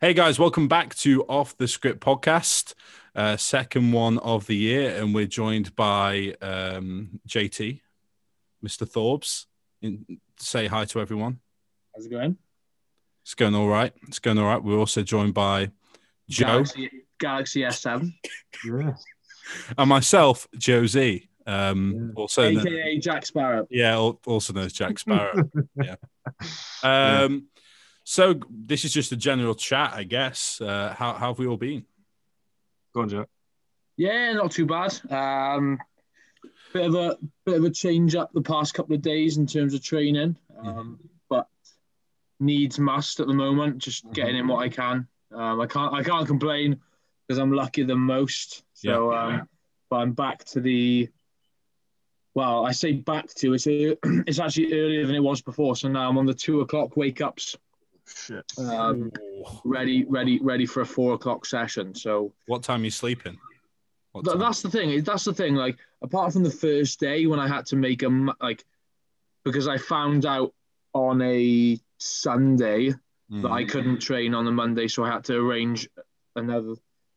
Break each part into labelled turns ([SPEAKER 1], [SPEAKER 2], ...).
[SPEAKER 1] Hey guys, welcome back to Off the Script podcast, uh, second one of the year, and we're joined by um, JT, Mr. Thorbs. In, say hi to everyone.
[SPEAKER 2] How's it going?
[SPEAKER 1] It's going all right. It's going all right. We're also joined by Joe
[SPEAKER 2] Galaxy, Galaxy S7,
[SPEAKER 1] and myself, Josie. Um, Also, known-
[SPEAKER 2] aka Jack Sparrow.
[SPEAKER 1] Yeah, al- also known as Jack Sparrow. yeah. Um, so g- this is just a general chat, I guess. Uh, how, how have we all been?
[SPEAKER 3] Go on, Jack.
[SPEAKER 2] Yeah, not too bad. Um, bit of a bit of a change up the past couple of days in terms of training, um, but needs must at the moment. Just
[SPEAKER 3] Mhm.
[SPEAKER 2] getting in what I can. Um, I can't I can't complain because I'm luckier than most. So, um, but I'm back to the. Well, I say back to it's ear- it's actually earlier than it was before. So now I'm on the two o'clock wake ups.
[SPEAKER 3] Shit.
[SPEAKER 2] Um,
[SPEAKER 1] Ooh.
[SPEAKER 2] ready, ready, ready for a four o'clock session. So
[SPEAKER 1] What time are you sleeping? What
[SPEAKER 2] th-
[SPEAKER 1] time?
[SPEAKER 2] that's the thing. That's the thing. Like apart from the first day when I had to make a m- like, because I found out on a Sunday
[SPEAKER 1] Mm.
[SPEAKER 2] that I couldn't train on a Monday, so I had to arrange another.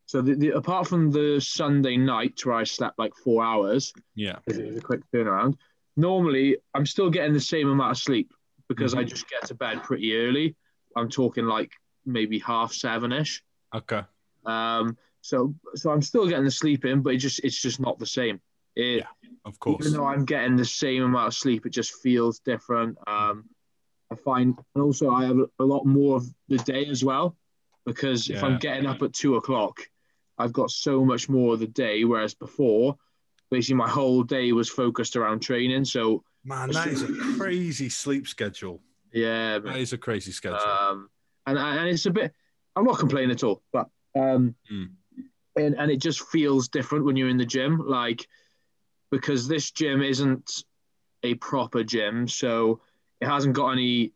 [SPEAKER 2] So the, the, apart from the Sunday night where I slept like four hours,
[SPEAKER 1] yeah.
[SPEAKER 2] because it was a quick turnaround. Normally, I'm still getting the same amount of sleep because I just get to bed pretty early. I'm talking like maybe half seven ish.
[SPEAKER 1] Okay.
[SPEAKER 2] Um, so so I'm still getting the sleep in, but it just it's just not the same. It,
[SPEAKER 1] Yeah, Of course.
[SPEAKER 2] Even though I'm getting the same amount of sleep, it just feels different. Um, I find, and also I have a lot more of the day as well, because if
[SPEAKER 1] Yeah.
[SPEAKER 2] I'm getting up at two o'clock, I've got so much more of the day. Whereas before, basically my whole day was focused around training. So
[SPEAKER 1] Man, that is a crazy sleep schedule.
[SPEAKER 2] yeah, but-
[SPEAKER 1] That is a crazy schedule.
[SPEAKER 2] Um, and and it's a bit. I'm not complaining at all, but um,
[SPEAKER 1] Mm.
[SPEAKER 2] and and it just feels different when you're in the gym, like because this gym isn't a proper gym, so it hasn't got any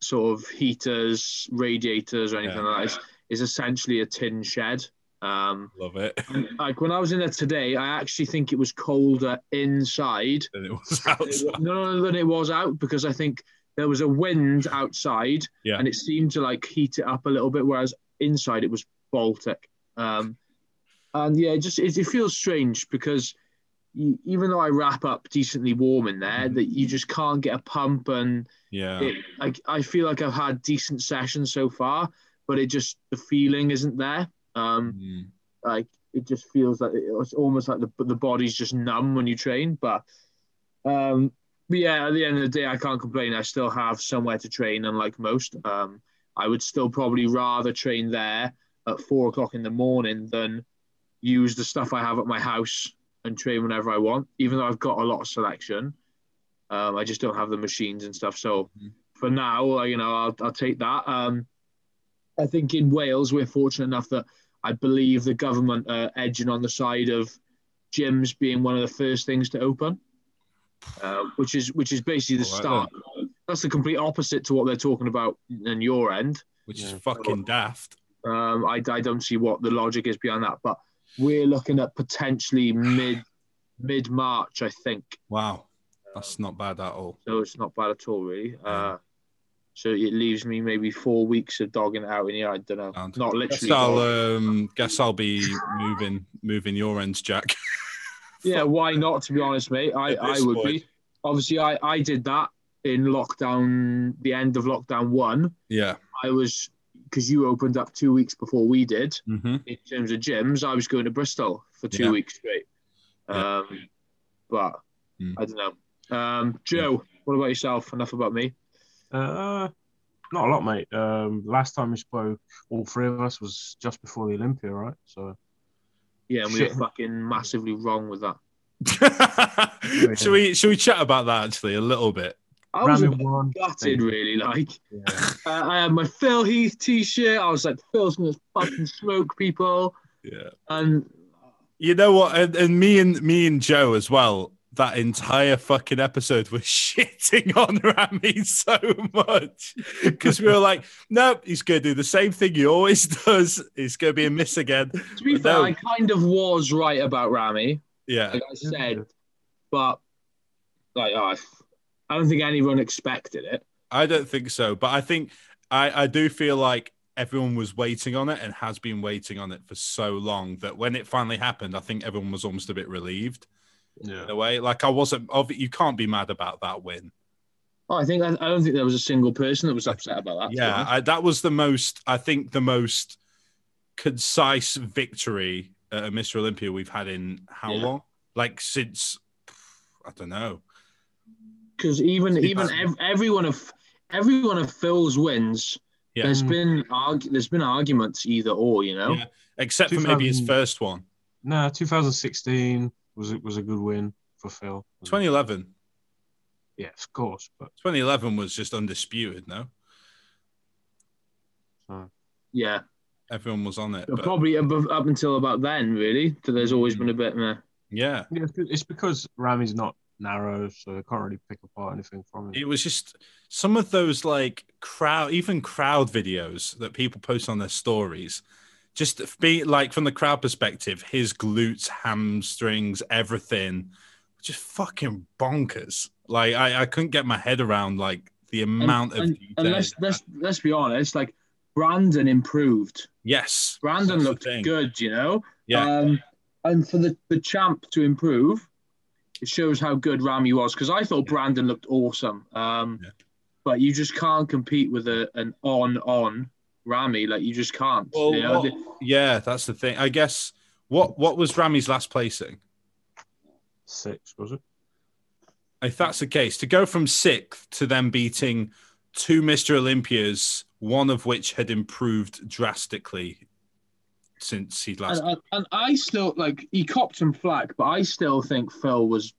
[SPEAKER 2] sort of heaters, radiators, or anything
[SPEAKER 1] Yeah.
[SPEAKER 2] like that. It's, it's essentially a tin shed. Um,
[SPEAKER 1] Love it.
[SPEAKER 2] and, like when I was in there today, I actually think it was colder inside
[SPEAKER 1] And it was
[SPEAKER 2] it
[SPEAKER 1] outside.
[SPEAKER 2] wa- no, than it was out because I think there was a wind outside
[SPEAKER 1] Yeah.
[SPEAKER 2] and it seemed to like heat it up a little bit, whereas inside it was Baltic. Um, and yeah, it just it, it feels strange because you, even though I wrap up decently warm in there, that you just can't get a pump and
[SPEAKER 1] Yeah.
[SPEAKER 2] it, I, I feel like I've had decent sessions so far, but it just the feeling isn't there. Um,
[SPEAKER 1] Mm.
[SPEAKER 2] like it just feels like it's almost like the the body's just numb when you train. But um, but yeah, at the end of the day, I can't complain. I still have somewhere to train, unlike most. Um, I would still probably rather train there at four o'clock in the morning than use the stuff I have at my house and train whenever I want. Even though I've got a lot of selection, um, I just don't have the machines and stuff. So
[SPEAKER 1] Mhm.
[SPEAKER 2] for now, uh, you know, I'll, I'll take that. Um, I think in Wales, we're fortunate enough that I believe the government are edging on the side of gyms being one of the first things to open, uh, which is which is basically the
[SPEAKER 1] All right
[SPEAKER 2] start. That's the complete opposite to what they're talking about in your end.
[SPEAKER 1] Which is
[SPEAKER 3] Yeah.
[SPEAKER 1] fucking daft.
[SPEAKER 2] Um, I, I don't see what the logic is behind that, but we're looking at potentially mid mid March, I think.
[SPEAKER 1] Wow. That's not bad at all.
[SPEAKER 2] So it's not bad at all, really. Uh, so it leaves me maybe four weeks of dogging it out in here. I don't know.
[SPEAKER 1] Sound.
[SPEAKER 2] Not
[SPEAKER 1] Guess
[SPEAKER 2] literally.
[SPEAKER 1] I'll,
[SPEAKER 2] but-
[SPEAKER 1] um, guess I'll be moving moving your ends, Jack.
[SPEAKER 2] yeah, why not? To be honest, mate, I,
[SPEAKER 1] At
[SPEAKER 2] I
[SPEAKER 1] this
[SPEAKER 2] would
[SPEAKER 1] point.
[SPEAKER 2] be. Obviously, I, I did that in lockdown, the end of lockdown one.
[SPEAKER 1] Yeah.
[SPEAKER 2] I was because you opened up two weeks before we did
[SPEAKER 1] Mm-hmm.
[SPEAKER 2] in terms of gyms. I was going to Bristol for two
[SPEAKER 1] Yeah.
[SPEAKER 2] weeks straight. Um, but
[SPEAKER 1] Mm.
[SPEAKER 2] I don't know. Um, Joe, what about yourself? Enough about me.
[SPEAKER 3] Uh, not a lot, mate. Um, last time we spoke, all three of us was just before the Olympia, right? So
[SPEAKER 2] Yeah, and we
[SPEAKER 3] Shit.
[SPEAKER 2] were fucking massively wrong with that.
[SPEAKER 1] should we should we chat about that actually a little bit?
[SPEAKER 2] I was a
[SPEAKER 3] Ramen
[SPEAKER 2] bit
[SPEAKER 3] one.
[SPEAKER 2] gutted, really. Like,
[SPEAKER 3] Yeah.
[SPEAKER 2] uh, I had my Phil Heath t-shirt. I was like, Phil's gonna fucking smoke people,
[SPEAKER 1] Yeah.
[SPEAKER 2] and
[SPEAKER 1] You know what? And, and me and me and Joe as well. That entire fucking episode was shitting on Rami so much because we were like, nope, he's going to do the same thing he always does. He's going to be a miss again.
[SPEAKER 2] To be
[SPEAKER 1] But
[SPEAKER 2] fair,
[SPEAKER 1] no.
[SPEAKER 2] I kind of was right about Rami,
[SPEAKER 1] Yeah.
[SPEAKER 2] like I said, but like I, I don't think anyone expected it.
[SPEAKER 1] I don't think so, but I think I, I do feel like everyone was waiting on it and has been waiting on it for so long that when it finally happened, I think everyone was almost a bit relieved in
[SPEAKER 3] Yeah.
[SPEAKER 1] a way. Like I wasn't. Of You can't be mad about that win.
[SPEAKER 2] Oh, I think I, I don't think there was a single person that was upset about that. to be
[SPEAKER 1] yeah,
[SPEAKER 2] honest.
[SPEAKER 1] I, that was the most. I think the most concise victory at a Mr. Olympia we've had in how
[SPEAKER 2] Yeah.
[SPEAKER 1] long? Like since I don't know.
[SPEAKER 2] because even
[SPEAKER 1] Steve
[SPEAKER 2] even
[SPEAKER 1] Harvey.
[SPEAKER 2] ev- every one of every one of Phil's wins,
[SPEAKER 1] Yeah.
[SPEAKER 2] there's been arg- there's been arguments either or, you know.
[SPEAKER 1] Yeah. Except for maybe his
[SPEAKER 3] 2000.
[SPEAKER 1] first one,
[SPEAKER 3] No, 2016 was it was a good win for Phil.
[SPEAKER 1] 2011.
[SPEAKER 3] Yeah, of course. But
[SPEAKER 1] 2011 was just undisputed. No,
[SPEAKER 3] uh,
[SPEAKER 2] Yeah,
[SPEAKER 1] everyone was on it.
[SPEAKER 2] But
[SPEAKER 1] But Mm.
[SPEAKER 2] probably above, up until about then, really. So there's always been a bit. Meh.
[SPEAKER 1] yeah,
[SPEAKER 3] yeah, it's- it's because Rami's not narrow, so they can't really pick apart anything from it.
[SPEAKER 1] it was just some of those like crowd, even crowd videos that people post on their stories. Just be like from the crowd perspective, his glutes, hamstrings, everything, just fucking bonkers. Like I, I couldn't get my head around like the amount of
[SPEAKER 2] And,
[SPEAKER 1] detail.
[SPEAKER 2] and let's let's let's be honest, like Brandon improved.
[SPEAKER 1] yes,
[SPEAKER 2] Brandon
[SPEAKER 1] that's the
[SPEAKER 2] looked
[SPEAKER 1] thing.
[SPEAKER 2] good, you know.
[SPEAKER 1] Yeah,
[SPEAKER 2] Um, and for the, the champ to improve, it shows how good Ramy was because I thought Brandon looked awesome. Um,
[SPEAKER 1] Yeah.
[SPEAKER 2] But you just can't compete with a, an on on Ramy. Like you just can't.
[SPEAKER 1] Well,
[SPEAKER 2] you know?
[SPEAKER 1] what- yeah, that's the thing. I guess what what was Rami's last placing?
[SPEAKER 3] Six was it?
[SPEAKER 1] if that's the case, to go from sixth to then beating two Mr. Olympias, one of which had improved drastically since he last.
[SPEAKER 2] and, uh, and, and I still like he copped some flack, but I still think Phil was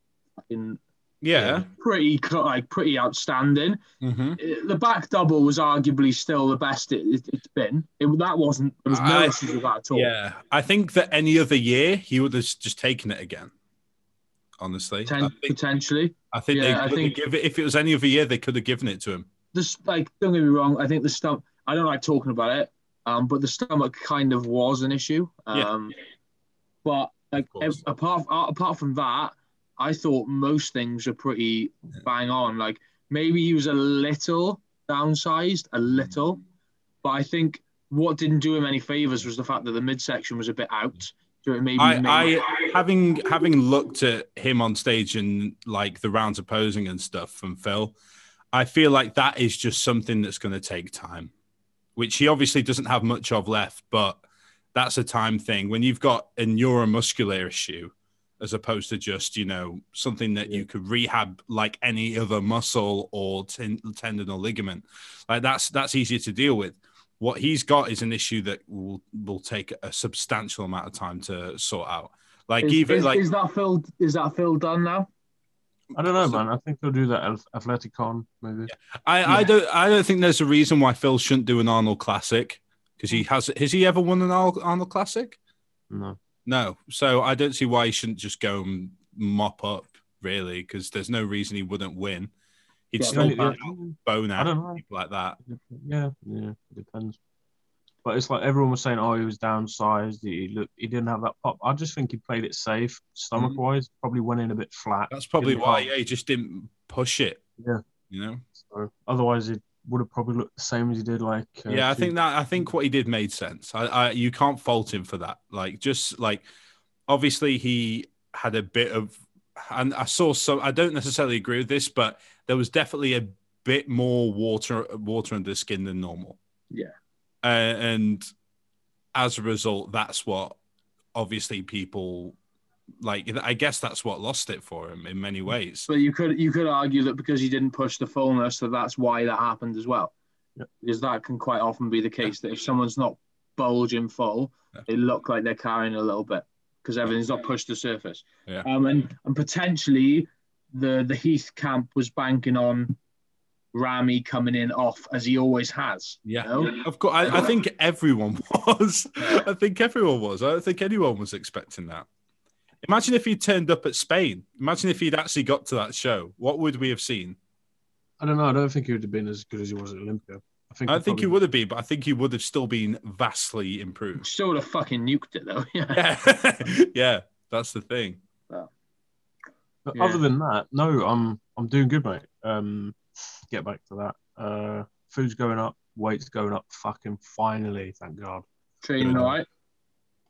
[SPEAKER 2] in
[SPEAKER 1] yeah.
[SPEAKER 2] pretty cl- like pretty outstanding.
[SPEAKER 1] hmm
[SPEAKER 2] the back double was arguably still the best it, it, it's been. It, that wasn't there was no
[SPEAKER 1] I-
[SPEAKER 2] issues with that at all.
[SPEAKER 1] Yeah. I think that any other year, he would have just taken it again. Honestly, I
[SPEAKER 2] Poten-
[SPEAKER 1] think,
[SPEAKER 2] potentially,
[SPEAKER 1] I think
[SPEAKER 2] yeah, I
[SPEAKER 1] they could
[SPEAKER 2] think-
[SPEAKER 1] have given if it was any other year, they could have given it to him.
[SPEAKER 2] this like don't get me wrong. I think the stomach. I don't like talking about it, um, but the stomach kind of was an issue.
[SPEAKER 1] Yeah.
[SPEAKER 2] Um, but like
[SPEAKER 1] Of course.
[SPEAKER 2] a- apart uh, apart from that, I thought most things were pretty bang on. Like maybe he was a little downsized,
[SPEAKER 1] Mm.
[SPEAKER 2] a little, but I think what didn't do him any favors was the fact that the midsection was a bit out. So it maybe
[SPEAKER 1] I,
[SPEAKER 2] made-
[SPEAKER 1] I having having looked at him on stage and like the rounds of posing and stuff from Phil, I feel like that is just something that's going to take time, which he obviously doesn't have much of left. But that's a time thing when you've got a neuromuscular issue, as opposed to just you know something that you could rehab like any other muscle or ten- tendon or ligament. Like that's that's easier to deal with what he's got is an issue that will will take a substantial amount of time to sort out. Like
[SPEAKER 2] is,
[SPEAKER 1] even
[SPEAKER 2] is-
[SPEAKER 1] like
[SPEAKER 2] is that Phil is that Phil done now?
[SPEAKER 3] I don't know,
[SPEAKER 1] So-
[SPEAKER 3] man. I think they'll do that ath- athletic on maybe.
[SPEAKER 1] I, I
[SPEAKER 2] yeah.
[SPEAKER 1] don't I don't think there's a reason why Phil shouldn't do an Arnold Classic because he has has he ever won an Ar- Arnold Classic?
[SPEAKER 3] No.
[SPEAKER 1] No, so I don't see why he shouldn't just go and mop up really because there's no reason he wouldn't win. He'd
[SPEAKER 2] Yeah,
[SPEAKER 1] still
[SPEAKER 2] don't-
[SPEAKER 1] bat out bone
[SPEAKER 3] I
[SPEAKER 1] out
[SPEAKER 3] don't know.
[SPEAKER 1] people like that.
[SPEAKER 3] Yeah, yeah, it depends. But it's like everyone was saying, oh, he was downsized. He look, he didn't have that pop. I just think he played it safe, stomach wise. Probably went in a bit flat.
[SPEAKER 1] That's probably
[SPEAKER 3] Didn't
[SPEAKER 1] why
[SPEAKER 3] help.
[SPEAKER 1] yeah, he just didn't push it.
[SPEAKER 3] Yeah.
[SPEAKER 1] you know.
[SPEAKER 3] So otherwise, it would have probably looked the same as he did. Like uh,
[SPEAKER 1] yeah, I
[SPEAKER 3] two-
[SPEAKER 1] think that I think what he did made sense. I, I you can't fault him for that. Like just like obviously he had a bit of and I saw some I don't necessarily agree with this, but there was definitely a bit more water water under the skin than normal.
[SPEAKER 2] Yeah.
[SPEAKER 1] Uh, and as a result, that's what obviously people like I guess that's what lost it for him in many ways.
[SPEAKER 2] But you could you could argue that because he didn't push the fullness, that that's why that happened as well.
[SPEAKER 3] Yeah.
[SPEAKER 2] Because that can quite often be the case that if someone's not bulging full,
[SPEAKER 1] Yeah.
[SPEAKER 2] they look like they're carrying a little bit because everything's not pushed to the surface.
[SPEAKER 1] Yeah.
[SPEAKER 2] Um, and and potentially the the Heath camp was banking on Rami coming in off as he always has.
[SPEAKER 1] Yeah.
[SPEAKER 2] You know?
[SPEAKER 1] Of course, I, I think everyone was. I think everyone was. I don't think anyone was expecting that. Imagine if he turned up at Spain. Imagine if he'd actually got to that show. What would we have seen?
[SPEAKER 3] I don't know. I don't think he would have been as good as he was at Olympia. I think.
[SPEAKER 1] I don't think he
[SPEAKER 3] probably-
[SPEAKER 1] would have been, but I think he would have still been vastly improved.
[SPEAKER 2] Still would have fucking nuked it though. Yeah.
[SPEAKER 1] Yeah, yeah, that's the thing.
[SPEAKER 3] But
[SPEAKER 2] Yeah.
[SPEAKER 3] other than that, no, I'm I'm doing good, mate. Um, get back to that. Uh, food's going up. weight's going up. Fucking finally, thank God.
[SPEAKER 2] Training
[SPEAKER 1] Good.
[SPEAKER 2] all right.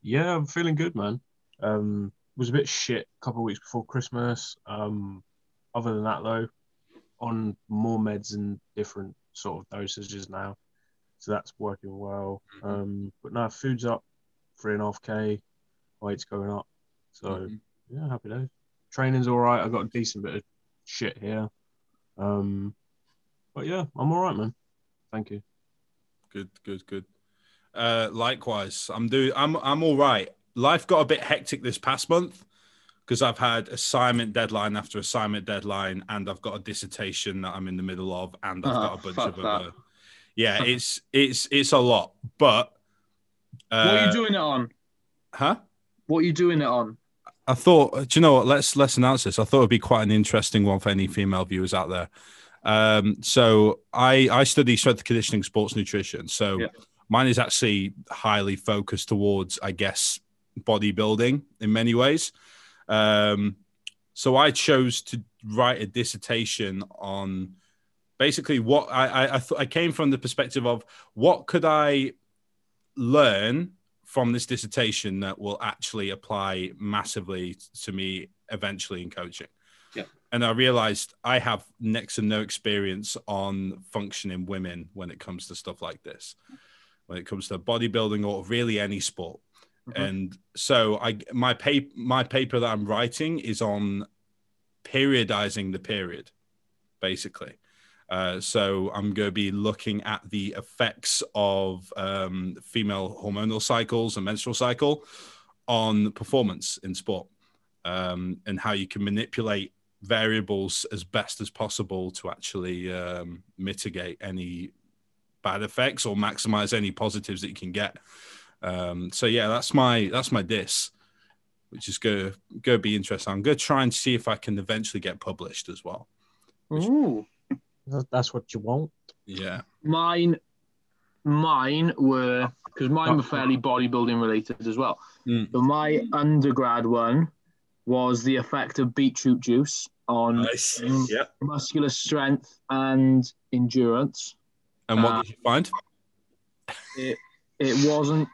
[SPEAKER 3] Yeah, I'm feeling good, man. Um, was a bit shit a couple of weeks before Christmas. Um, other than that, though, on more meds and different sort of dosages now, so that's working well. Um, but now food's up, three and a half k, weight's going up, so
[SPEAKER 1] Mhm.
[SPEAKER 3] yeah, happy days. Training's all right. I got a decent bit of shit here, um, but yeah, I'm all right, man. Thank you.
[SPEAKER 1] Good, good, good. Uh, likewise, I'm do I'm I'm all right. Life got a bit hectic this past month because I've had assignment deadline after assignment deadline, and I've got a dissertation that I'm in the middle of, and I've
[SPEAKER 2] Ah,
[SPEAKER 1] got a bunch
[SPEAKER 2] fuck
[SPEAKER 1] of
[SPEAKER 2] that.
[SPEAKER 1] other. Yeah, it's it's it's a lot, but uh,
[SPEAKER 2] what are you doing it on?
[SPEAKER 1] Huh?
[SPEAKER 2] What are you doing it on?
[SPEAKER 1] I thought, do you know what? Let's let's announce this. I thought it'd be quite an interesting one for any female viewers out there. Um, so I I study strength and conditioning, sports nutrition. So
[SPEAKER 2] Yeah.
[SPEAKER 1] mine is actually highly focused towards, I guess, bodybuilding in many ways. Um, so I chose to write a dissertation on basically what I I, I, th- I came from the perspective of what could I learn from this dissertation that will actually apply massively to me eventually in coaching.
[SPEAKER 2] Yeah.
[SPEAKER 1] And I realized I have next to no experience on functioning women when it comes to stuff like this, when it comes to bodybuilding or really any sport.
[SPEAKER 2] Mhm.
[SPEAKER 1] And so I my paper my paper that I'm writing is on periodizing the period, basically. Uh, so I'm going to be looking at the effects of um, female hormonal cycles and menstrual cycle on performance in sport, um, and how you can manipulate variables as best as possible to actually um, mitigate any bad effects or maximize any positives that you can get. Um, so yeah, that's my that's my diss, which is go go be interesting. I'm going to try and see if I can eventually get published as well.
[SPEAKER 2] Ooh.
[SPEAKER 3] That's what you want.
[SPEAKER 1] Yeah.
[SPEAKER 2] Mine, mine were because
[SPEAKER 1] Oh.
[SPEAKER 2] mine were fairly bodybuilding related as well.
[SPEAKER 1] Mm.
[SPEAKER 2] So my undergrad one was the effect of beetroot juice on
[SPEAKER 1] Nice.
[SPEAKER 2] Mm.
[SPEAKER 1] Yeah.
[SPEAKER 2] muscular strength and endurance.
[SPEAKER 1] And what
[SPEAKER 2] Uh,
[SPEAKER 1] did you find?
[SPEAKER 2] It wasn't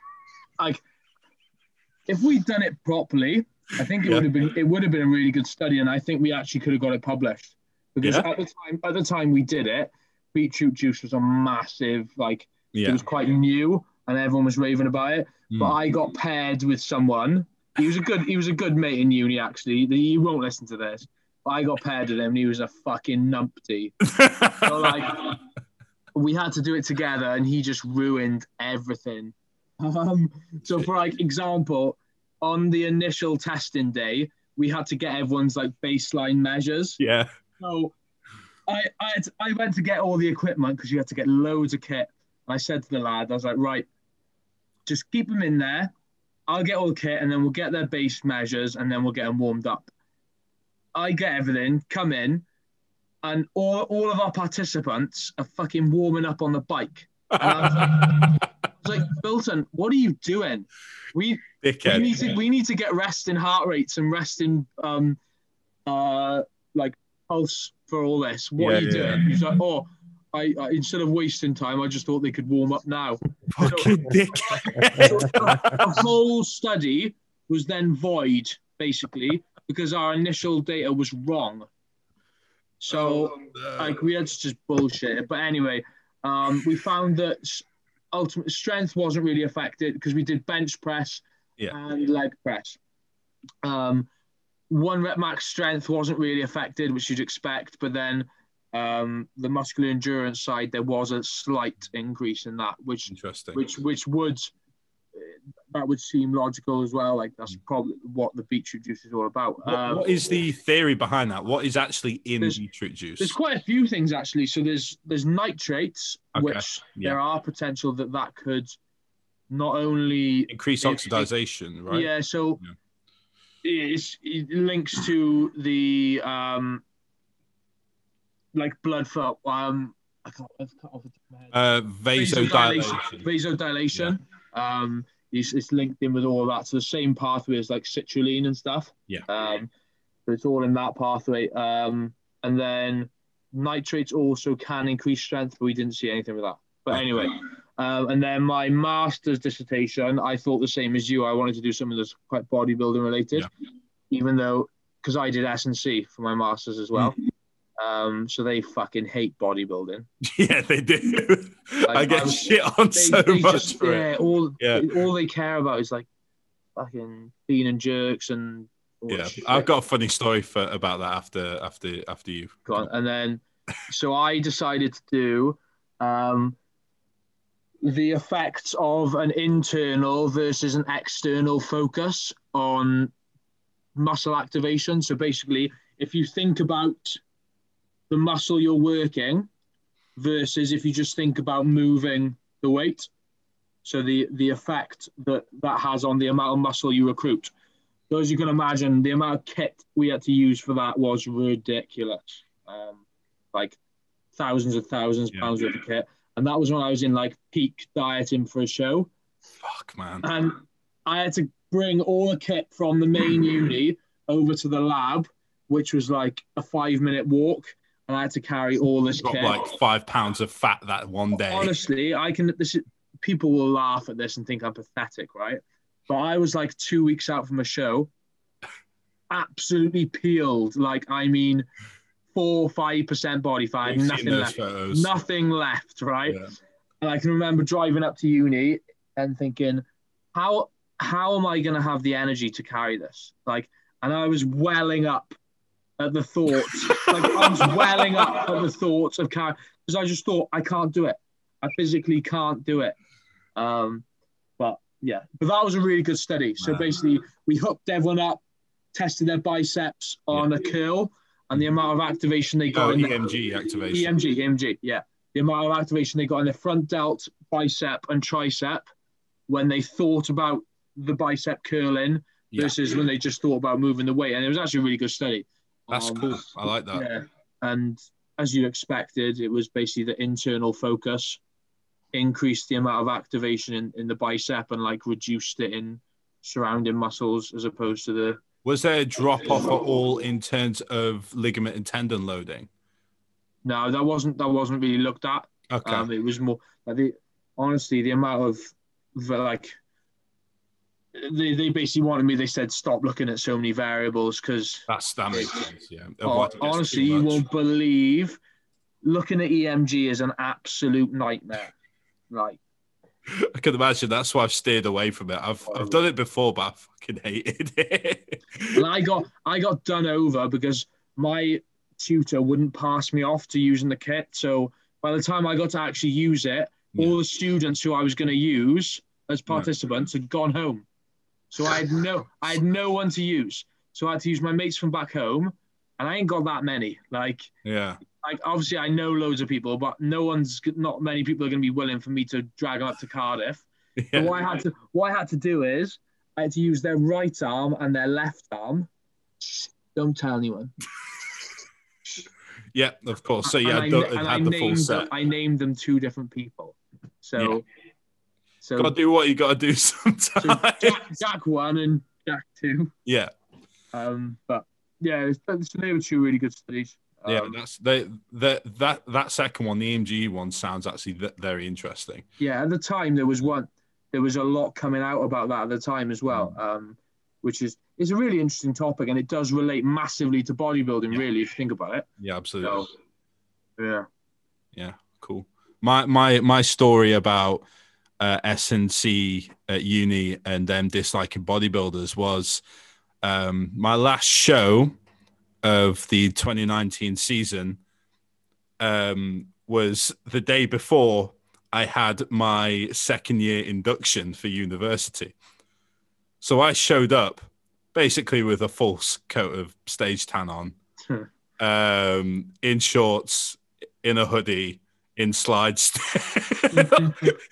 [SPEAKER 2] like if we'd done it properly, I think it
[SPEAKER 1] Yeah.
[SPEAKER 2] would have been it would have been a really good study, and I think we actually could have got it published because
[SPEAKER 1] Yeah.
[SPEAKER 2] at the time at the time we did it, beetroot juice was a massive like
[SPEAKER 1] Yeah.
[SPEAKER 2] it was quite new and everyone was raving about it. But
[SPEAKER 1] Mm.
[SPEAKER 2] I got paired with someone. He was a good he was a good mate in uni actually. He won't listen to this. But I got paired with him and he was a fucking numpty. So like we had to do it together and he just ruined everything. Um, so for like example, on the initial testing day, we had to get everyone's like baseline measures.
[SPEAKER 1] yeah.
[SPEAKER 2] So I I, had- I went to get all the equipment because you had to get loads of kit. And I said to the lad, I was like, right, just keep them in there. I'll get all the kit and then we'll get their base measures and then we'll get them warmed up. I get everything, come in, and all, all of our participants are fucking warming up on the bike. And I was like, I was like, Bilton, what are you doing? We we
[SPEAKER 1] Dickhead.
[SPEAKER 2] need to we need to get rest in heart rates and rest in um uh like pulse for all this. What
[SPEAKER 1] Yeah,
[SPEAKER 2] are you
[SPEAKER 1] yeah,
[SPEAKER 2] doing? He's like, oh, I, I instead of wasting time, I just thought they could warm up now.
[SPEAKER 1] Fucking
[SPEAKER 2] So uh,
[SPEAKER 1] dickhead.
[SPEAKER 2] the whole study was then void basically because our initial data was wrong. So like we had to just bullshit. it. But anyway, um, we found that s- ultimate strength wasn't really affected because we did bench press
[SPEAKER 1] Yeah.
[SPEAKER 2] and leg press. Um, one rep max strength wasn't really affected, which you'd expect, but then um, the muscular endurance side there was a slight increase in that, which
[SPEAKER 1] Interesting.
[SPEAKER 2] which which would uh, that would seem logical as well. Like that's probably what the beetroot juice is all about.
[SPEAKER 1] Mm. What-
[SPEAKER 2] Um,
[SPEAKER 1] what is the theory behind that? What is actually in
[SPEAKER 2] There's-
[SPEAKER 1] beetroot
[SPEAKER 2] There's
[SPEAKER 1] juice?
[SPEAKER 2] quite a few things actually. So there's there's nitrates,
[SPEAKER 1] Okay,
[SPEAKER 2] which
[SPEAKER 1] yeah.
[SPEAKER 2] there are potential that that could not only
[SPEAKER 1] Increase
[SPEAKER 2] it-
[SPEAKER 1] oxidization, right?
[SPEAKER 2] yeah. So
[SPEAKER 1] Yeah.
[SPEAKER 2] It's, it links to the um like blood flow. Um, I can't. I've cut off the top of my head.
[SPEAKER 1] Uh, vasodilation.
[SPEAKER 2] Vasodilation. Um, it's, it's linked in with all that. So the same pathway as like citrulline and stuff.
[SPEAKER 1] Yeah.
[SPEAKER 2] Um, so it's all in that pathway. Um, and then nitrates also can increase strength, but we didn't see anything with that. But anyway, um, and then my master's dissertation, I thought the same as you. I wanted to do something that's quite bodybuilding related, even though because I did S and C for my master's as well.
[SPEAKER 1] Mm-hmm.
[SPEAKER 2] Um, so they fucking hate bodybuilding.
[SPEAKER 1] Yeah, they do. I
[SPEAKER 2] Like,
[SPEAKER 1] get
[SPEAKER 2] I'm-
[SPEAKER 1] shit on
[SPEAKER 2] They,
[SPEAKER 1] so
[SPEAKER 2] they
[SPEAKER 1] much
[SPEAKER 2] just,
[SPEAKER 1] for
[SPEAKER 2] yeah,
[SPEAKER 1] it.
[SPEAKER 2] all
[SPEAKER 1] Yeah.
[SPEAKER 2] all they care about is like fucking being and jerks and all that
[SPEAKER 1] Yeah,
[SPEAKER 2] shit.
[SPEAKER 1] I've got a funny story for about that after after after you.
[SPEAKER 2] Go on. And then, so I decided to do um, the effects of an internal versus an external focus on muscle activation. So basically, if you think about the muscle you're working versus if you just think about moving the weight. So the, the effect that that has on the amount of muscle you recruit. So as you can imagine, the amount of kit we had to use for that was ridiculous. Um, like thousands and thousands of
[SPEAKER 1] Yeah.
[SPEAKER 2] pounds worth of kit. And that was when I was in like peak dieting for a show.
[SPEAKER 1] Fuck man.
[SPEAKER 2] And I had to bring all the kit from the main uni over to the lab, which was like a five minute walk. And I had to carry all this
[SPEAKER 1] Dropped
[SPEAKER 2] kit.
[SPEAKER 1] like five pounds of fat that one day.
[SPEAKER 2] Honestly, I can. This is, people will laugh at this and think I'm pathetic, right? But I was like two weeks out from a show, absolutely peeled. Like I mean, four five percent body fat,
[SPEAKER 1] I've seen
[SPEAKER 2] nothing
[SPEAKER 1] those
[SPEAKER 2] left,
[SPEAKER 1] photos.
[SPEAKER 2] nothing left, right?
[SPEAKER 1] Yeah.
[SPEAKER 2] And I can remember driving up to uni and thinking, how how am I going to have the energy to carry this? Like, and I was welling up at the thought, like I was welling up at the thoughts of carrying because I just thought I can't do it. I physically can't do it. Um, but yeah, but that was a really good study. So
[SPEAKER 1] Man.
[SPEAKER 2] basically, we hooked everyone up, tested their biceps on a curl, and the amount of activation they
[SPEAKER 1] Oh,
[SPEAKER 2] got in the- E
[SPEAKER 1] EMG activation.
[SPEAKER 2] EMG, EMG, yeah. The amount of activation they got in their front delt, bicep, and tricep when they thought about the bicep curling
[SPEAKER 1] Yeah.
[SPEAKER 2] versus when they just thought about moving the weight. And it was actually a really good study.
[SPEAKER 1] That's
[SPEAKER 2] Um,
[SPEAKER 1] cool. I like that.
[SPEAKER 2] Yeah. And as you expected, it was basically the internal focus increased the amount of activation in, in the bicep and like reduced it in surrounding muscles as opposed to the
[SPEAKER 1] Was there a drop off at all in terms of ligament and tendon loading?
[SPEAKER 2] no that wasn't that wasn't really looked at
[SPEAKER 1] Okay.
[SPEAKER 2] Um, it was more like the honestly the amount of the, like they, they basically wanted me. They said stop looking at so many variables because
[SPEAKER 1] That's that makes sense. Yeah. Otherwise it gets
[SPEAKER 2] oh, honestly
[SPEAKER 1] too
[SPEAKER 2] you
[SPEAKER 1] much.
[SPEAKER 2] won't believe looking at EMG is an absolute nightmare. Like
[SPEAKER 1] I can imagine that's why I've steered away from it. I've I've done it before, but I fucking hated it.
[SPEAKER 2] and I got I got done over because my tutor wouldn't pass me off to using the kit. So by the time I got to actually use it, all the students who I was going to use as participants had gone home. So I had no I had no one to use. So I had to use my mates from back home, and I ain't got that many. Like
[SPEAKER 1] yeah.
[SPEAKER 2] like obviously I know loads of people, but no one's not many people are going to be willing for me to drag them up to Cardiff. So
[SPEAKER 1] Yeah.
[SPEAKER 2] what I had to what I had to do is I had to use their right arm and their left arm. Shh, Don't tell anyone.
[SPEAKER 1] yeah, of course. So
[SPEAKER 2] And
[SPEAKER 1] yeah,
[SPEAKER 2] I-
[SPEAKER 1] I'd done-
[SPEAKER 2] and
[SPEAKER 1] I'd
[SPEAKER 2] I
[SPEAKER 1] had the full
[SPEAKER 2] named
[SPEAKER 1] set.
[SPEAKER 2] Them, I named them two different people. So,
[SPEAKER 1] Yeah.
[SPEAKER 2] so
[SPEAKER 1] Gotta do what you gotta do
[SPEAKER 2] so
[SPEAKER 1] sometimes.
[SPEAKER 2] Jack, Jack one and Jack two.
[SPEAKER 1] yeah.
[SPEAKER 2] Um, but yeah, it's, it's, they were two really good studies.
[SPEAKER 1] Yeah,
[SPEAKER 2] Um,
[SPEAKER 1] that's they the that that second one, the MGE one, sounds actually th- very interesting.
[SPEAKER 2] yeah at the time there was one there was a lot coming out about that at the time as
[SPEAKER 1] Hmm.
[SPEAKER 2] well um, which is it's a really interesting topic and it does relate massively to bodybuilding
[SPEAKER 1] Yeah.
[SPEAKER 2] really if you think about it
[SPEAKER 1] Yeah, absolutely.
[SPEAKER 2] so yeah
[SPEAKER 1] Yeah, cool. My my my story about uh, SNC at uni and them disliking bodybuilders was um, my last show of the 2019 season um, was the day before I had my second year induction for university. So I showed up basically with a false coat of stage tan on, um, in shorts, in a hoodie in slides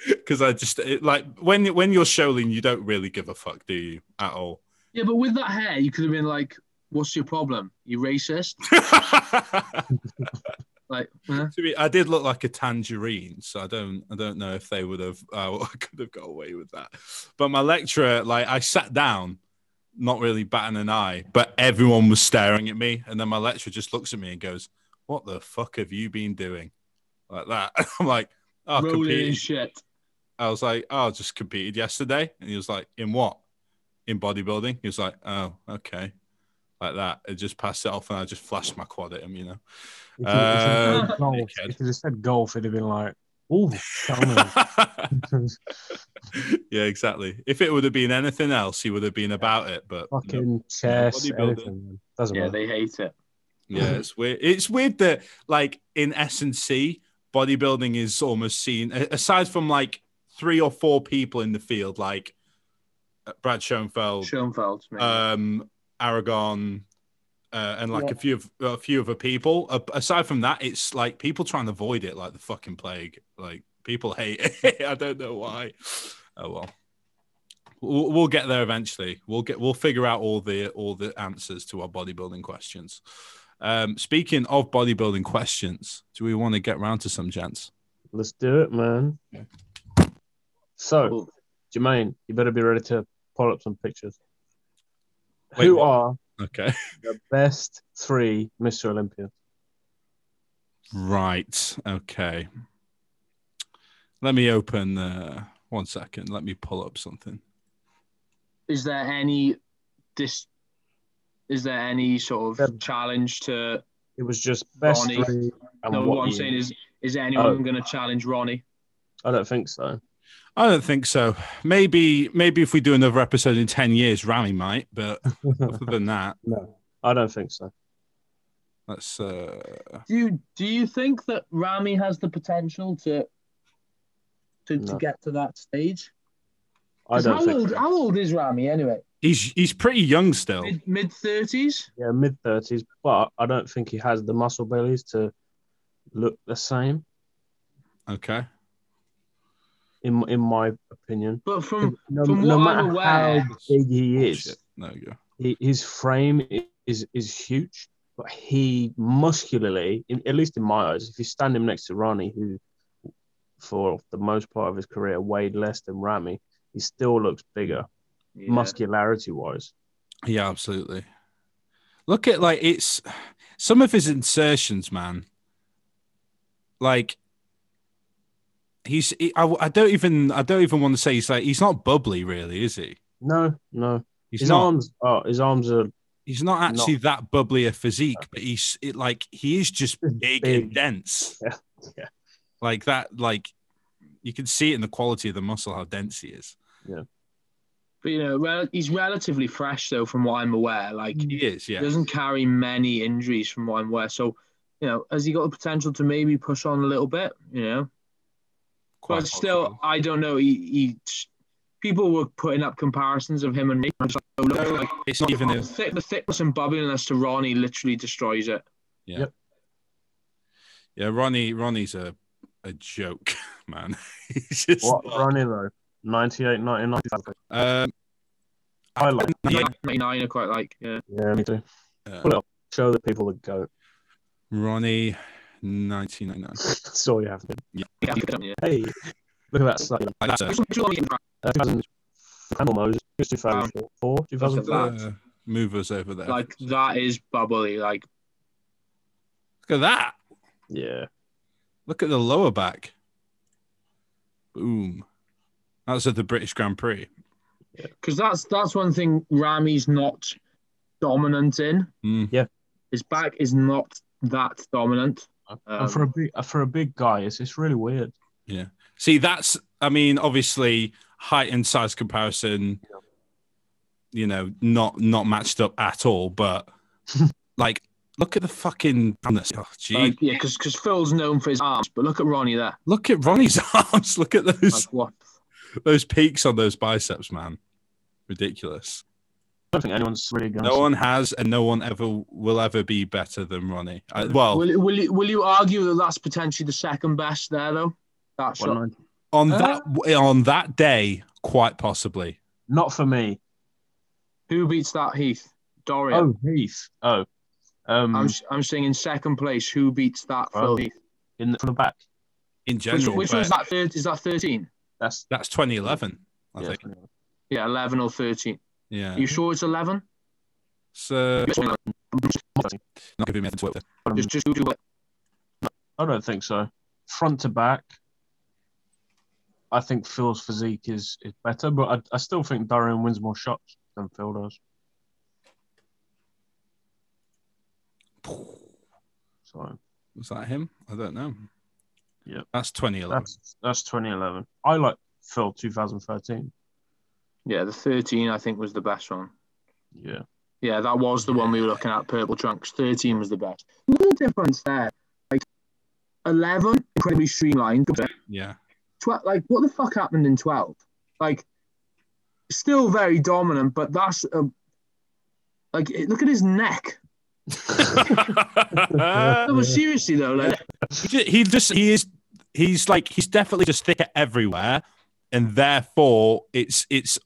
[SPEAKER 1] because i just it, like when when you're showing you don't really give a fuck do you at all
[SPEAKER 2] yeah but with that hair you could have been like what's your problem you racist
[SPEAKER 1] to
[SPEAKER 2] like huh?
[SPEAKER 1] be, i did look like a tangerine so i don't i don't know if they would have uh, i could have got away with that but my lecturer like i sat down not really batting an eye but everyone was staring at me and then my lecturer just looks at me and goes what the fuck have you been doing like that i'm like Oh,
[SPEAKER 2] rolling in
[SPEAKER 1] competed.
[SPEAKER 2] shit.
[SPEAKER 1] I was like, oh, just competed yesterday. And he was like, in what? In bodybuilding. He was like, oh, okay. Like that. It just passed it off and I just flashed my quad at him, you know.
[SPEAKER 3] If he- if he
[SPEAKER 1] Uh,
[SPEAKER 3] said golf,
[SPEAKER 1] dickhead.
[SPEAKER 3] if he just said golf, it'd have been like, oh, tell
[SPEAKER 2] Oh.
[SPEAKER 3] me.
[SPEAKER 1] yeah, exactly. If it would have been anything else, he would have been about it. But no.
[SPEAKER 3] fucking chess,
[SPEAKER 1] Bodybuilding.
[SPEAKER 3] anything. man. Doesn't
[SPEAKER 2] Yeah,
[SPEAKER 3] matter.
[SPEAKER 2] they hate it.
[SPEAKER 1] yeah, it's weird. It's weird that like in S and C, bodybuilding is almost seen a- aside from like three or four people in the field, like uh, Brad Schoenfeld,
[SPEAKER 2] Schoenfeld, maybe.
[SPEAKER 1] um, Aragon, uh, and like
[SPEAKER 2] Yeah.
[SPEAKER 1] a few of a few other people. A aside from that, it's like people trying to avoid it like the fucking plague. Like people hate it. I don't know why. Oh well, we'll, we'll get there eventually. We'll get we'll figure out all the all the answers to our bodybuilding questions. Um, speaking of bodybuilding questions, do we want to get round to some gents?
[SPEAKER 3] Let's do it, man.
[SPEAKER 1] Yeah.
[SPEAKER 3] So,
[SPEAKER 2] Cool.
[SPEAKER 3] Jermaine, you better be ready to pull up some pictures.
[SPEAKER 1] Wait,
[SPEAKER 3] Who
[SPEAKER 1] what?
[SPEAKER 3] are
[SPEAKER 1] Okay,
[SPEAKER 3] the best three Mr. Olympia?
[SPEAKER 1] right. Okay, let me open. Uh, one second. Let me pull up something.
[SPEAKER 2] is there any dis? Is there any sort of
[SPEAKER 3] Um,
[SPEAKER 2] challenge to?
[SPEAKER 3] It was just best
[SPEAKER 2] Ronnie.
[SPEAKER 3] three. And
[SPEAKER 2] No,
[SPEAKER 3] what
[SPEAKER 2] what I'm
[SPEAKER 3] year.
[SPEAKER 2] saying is, is anyone
[SPEAKER 3] Oh.
[SPEAKER 2] going to challenge Ronnie?
[SPEAKER 3] I don't think so.
[SPEAKER 1] I don't think so. Maybe maybe if we do another episode in ten years, Rami might. But other than that,
[SPEAKER 3] no, I don't think so.
[SPEAKER 1] let's. Uh,
[SPEAKER 2] Do you do you think that Rami has the potential to to,
[SPEAKER 3] No.
[SPEAKER 2] to get to that stage?
[SPEAKER 3] I
[SPEAKER 2] 'Cause
[SPEAKER 3] don't
[SPEAKER 2] how
[SPEAKER 3] think.
[SPEAKER 2] old
[SPEAKER 3] So.
[SPEAKER 2] how old is Rami anyway?
[SPEAKER 1] he's he's pretty young still.
[SPEAKER 2] Mid mid thirties.
[SPEAKER 3] Yeah, mid thirties, but I don't think he has the muscle bellies to look the same.
[SPEAKER 1] Okay.
[SPEAKER 3] In in my opinion,
[SPEAKER 2] But
[SPEAKER 1] Hmm.
[SPEAKER 2] from
[SPEAKER 3] no,
[SPEAKER 2] From
[SPEAKER 3] no
[SPEAKER 2] what
[SPEAKER 3] matter
[SPEAKER 2] I'm aware-
[SPEAKER 3] how big he is,
[SPEAKER 1] Oh, Shit. There you go.
[SPEAKER 3] he, his frame i- is is huge, but he muscularly, in, at least in my eyes, if you stand him next to Ronnie, who for the most part of his career weighed less than Rami, he still looks bigger, muscularity wise.
[SPEAKER 1] Yeah, absolutely. Look at like it's some of his insertions, man. Like he's he, I, I don't even I don't even want to say he's like he's not bubbly really, is he?
[SPEAKER 3] No, no,
[SPEAKER 1] He's
[SPEAKER 3] his
[SPEAKER 1] not.
[SPEAKER 3] arms, oh, his arms are
[SPEAKER 1] He's not actually that bubbly a physique, but he's it, like he is just big, and
[SPEAKER 3] big.
[SPEAKER 1] dense.
[SPEAKER 3] Yeah, yeah.
[SPEAKER 1] Like that, like you can see it in the quality of the muscle how dense he is.
[SPEAKER 2] But you know, rel- he's relatively fresh though, from what I'm aware. Like
[SPEAKER 1] He is,
[SPEAKER 2] he
[SPEAKER 1] yeah.
[SPEAKER 2] doesn't carry many injuries, from what I'm aware. So, you know, has he got the potential to maybe push on a little bit? You know, but still, I don't know. He, he people were putting up comparisons of him and me. I'm just like, oh, look, like,
[SPEAKER 1] possible. it's not even
[SPEAKER 2] the,
[SPEAKER 1] a,
[SPEAKER 2] thick, the thickness and bubbliness to Ronnie literally destroys it.
[SPEAKER 1] yeah. Ronnie, Ronnie's a a joke, man. he's just
[SPEAKER 3] what
[SPEAKER 1] not-
[SPEAKER 3] Ronnie though. 98, 99.
[SPEAKER 1] um, Uh,
[SPEAKER 3] I like.
[SPEAKER 1] Yeah.
[SPEAKER 2] 99 are quite like, yeah.
[SPEAKER 3] Yeah, me too.
[SPEAKER 1] uh,
[SPEAKER 3] Pull it up. Show the people the goat.
[SPEAKER 1] Ronnie, nineteen ninety nine.
[SPEAKER 3] That's all you have to do.
[SPEAKER 2] yeah. yeah.
[SPEAKER 3] Hey, look at that site.
[SPEAKER 1] Like that's
[SPEAKER 2] Just- just wanna-
[SPEAKER 3] That doesn't. Animal Mose, 2004,
[SPEAKER 1] a
[SPEAKER 3] 2003.
[SPEAKER 1] uh, movers over there.
[SPEAKER 2] Like, that is bubbly. Like,
[SPEAKER 1] Look at that.
[SPEAKER 3] Yeah.
[SPEAKER 1] Look at the lower back. Boom. That's at the British Grand Prix.
[SPEAKER 2] because that's that's one thing Rami's not dominant in.
[SPEAKER 1] Mm.
[SPEAKER 2] His back is not that dominant. Um,
[SPEAKER 3] and for a big uh, for a big guy, it's it's really weird.
[SPEAKER 1] See, that's, I mean, obviously, height and size comparison, you know, not not matched up at all. But like, look at the fucking. Oh, gee.
[SPEAKER 2] Like, yeah, because Phil's known for his arms, but look at Ronnie there.
[SPEAKER 1] look at Ronnie's arms. Look at
[SPEAKER 2] Like,
[SPEAKER 1] those
[SPEAKER 2] what?
[SPEAKER 1] those peaks on those biceps, man. Ridiculous.
[SPEAKER 3] I don't think anyone's really going.
[SPEAKER 1] No one has, and no one ever will ever be better than Ronnie. I, well,
[SPEAKER 2] Will, will, you, will you argue that that's potentially the second best there, though? That shot.
[SPEAKER 3] Not,
[SPEAKER 1] on
[SPEAKER 3] Uh,
[SPEAKER 1] that on that day, quite possibly.
[SPEAKER 3] not for me.
[SPEAKER 2] Who beats that, Heath? Dorian.
[SPEAKER 3] Oh, Heath. Oh, um,
[SPEAKER 2] I'm, I'm singing second place. Who beats that,
[SPEAKER 3] Oh,
[SPEAKER 2] Phil Heath?
[SPEAKER 3] in the, from the back.
[SPEAKER 1] in
[SPEAKER 2] Which,
[SPEAKER 1] general.
[SPEAKER 2] which
[SPEAKER 1] but
[SPEAKER 2] one's that? Third, is that 13?
[SPEAKER 3] That's
[SPEAKER 1] That's 2011, I
[SPEAKER 3] yeah,
[SPEAKER 1] think.
[SPEAKER 2] Yeah, 11 or 13.
[SPEAKER 1] Yeah.
[SPEAKER 2] You sure it's 11?
[SPEAKER 1] so not giving me anything to work with.
[SPEAKER 2] Just, just Google it.
[SPEAKER 3] I don't think so. Front to back, I think Phil's physique is, is better, but I, I still think Darren wins more shots than Phil does. So
[SPEAKER 1] Was that him? I don't know.
[SPEAKER 3] Yep.
[SPEAKER 1] That's 2011.
[SPEAKER 3] that's that's 2011. I like Phil 2013.
[SPEAKER 2] Yeah, the 13 I think was the best one.
[SPEAKER 3] Yeah,
[SPEAKER 2] Yeah, that was the one we were looking at. Purple trunks. Thirteen was the best. Look at the difference there. Like eleven, incredibly streamlined.
[SPEAKER 1] yeah.
[SPEAKER 2] Twelve, like what the fuck happened in twelve? Like still very dominant, but that's um, like it- look at his neck. No, but seriously though, like
[SPEAKER 1] He ju- he just he is he's like he's definitely just thicker everywhere, and therefore it's it's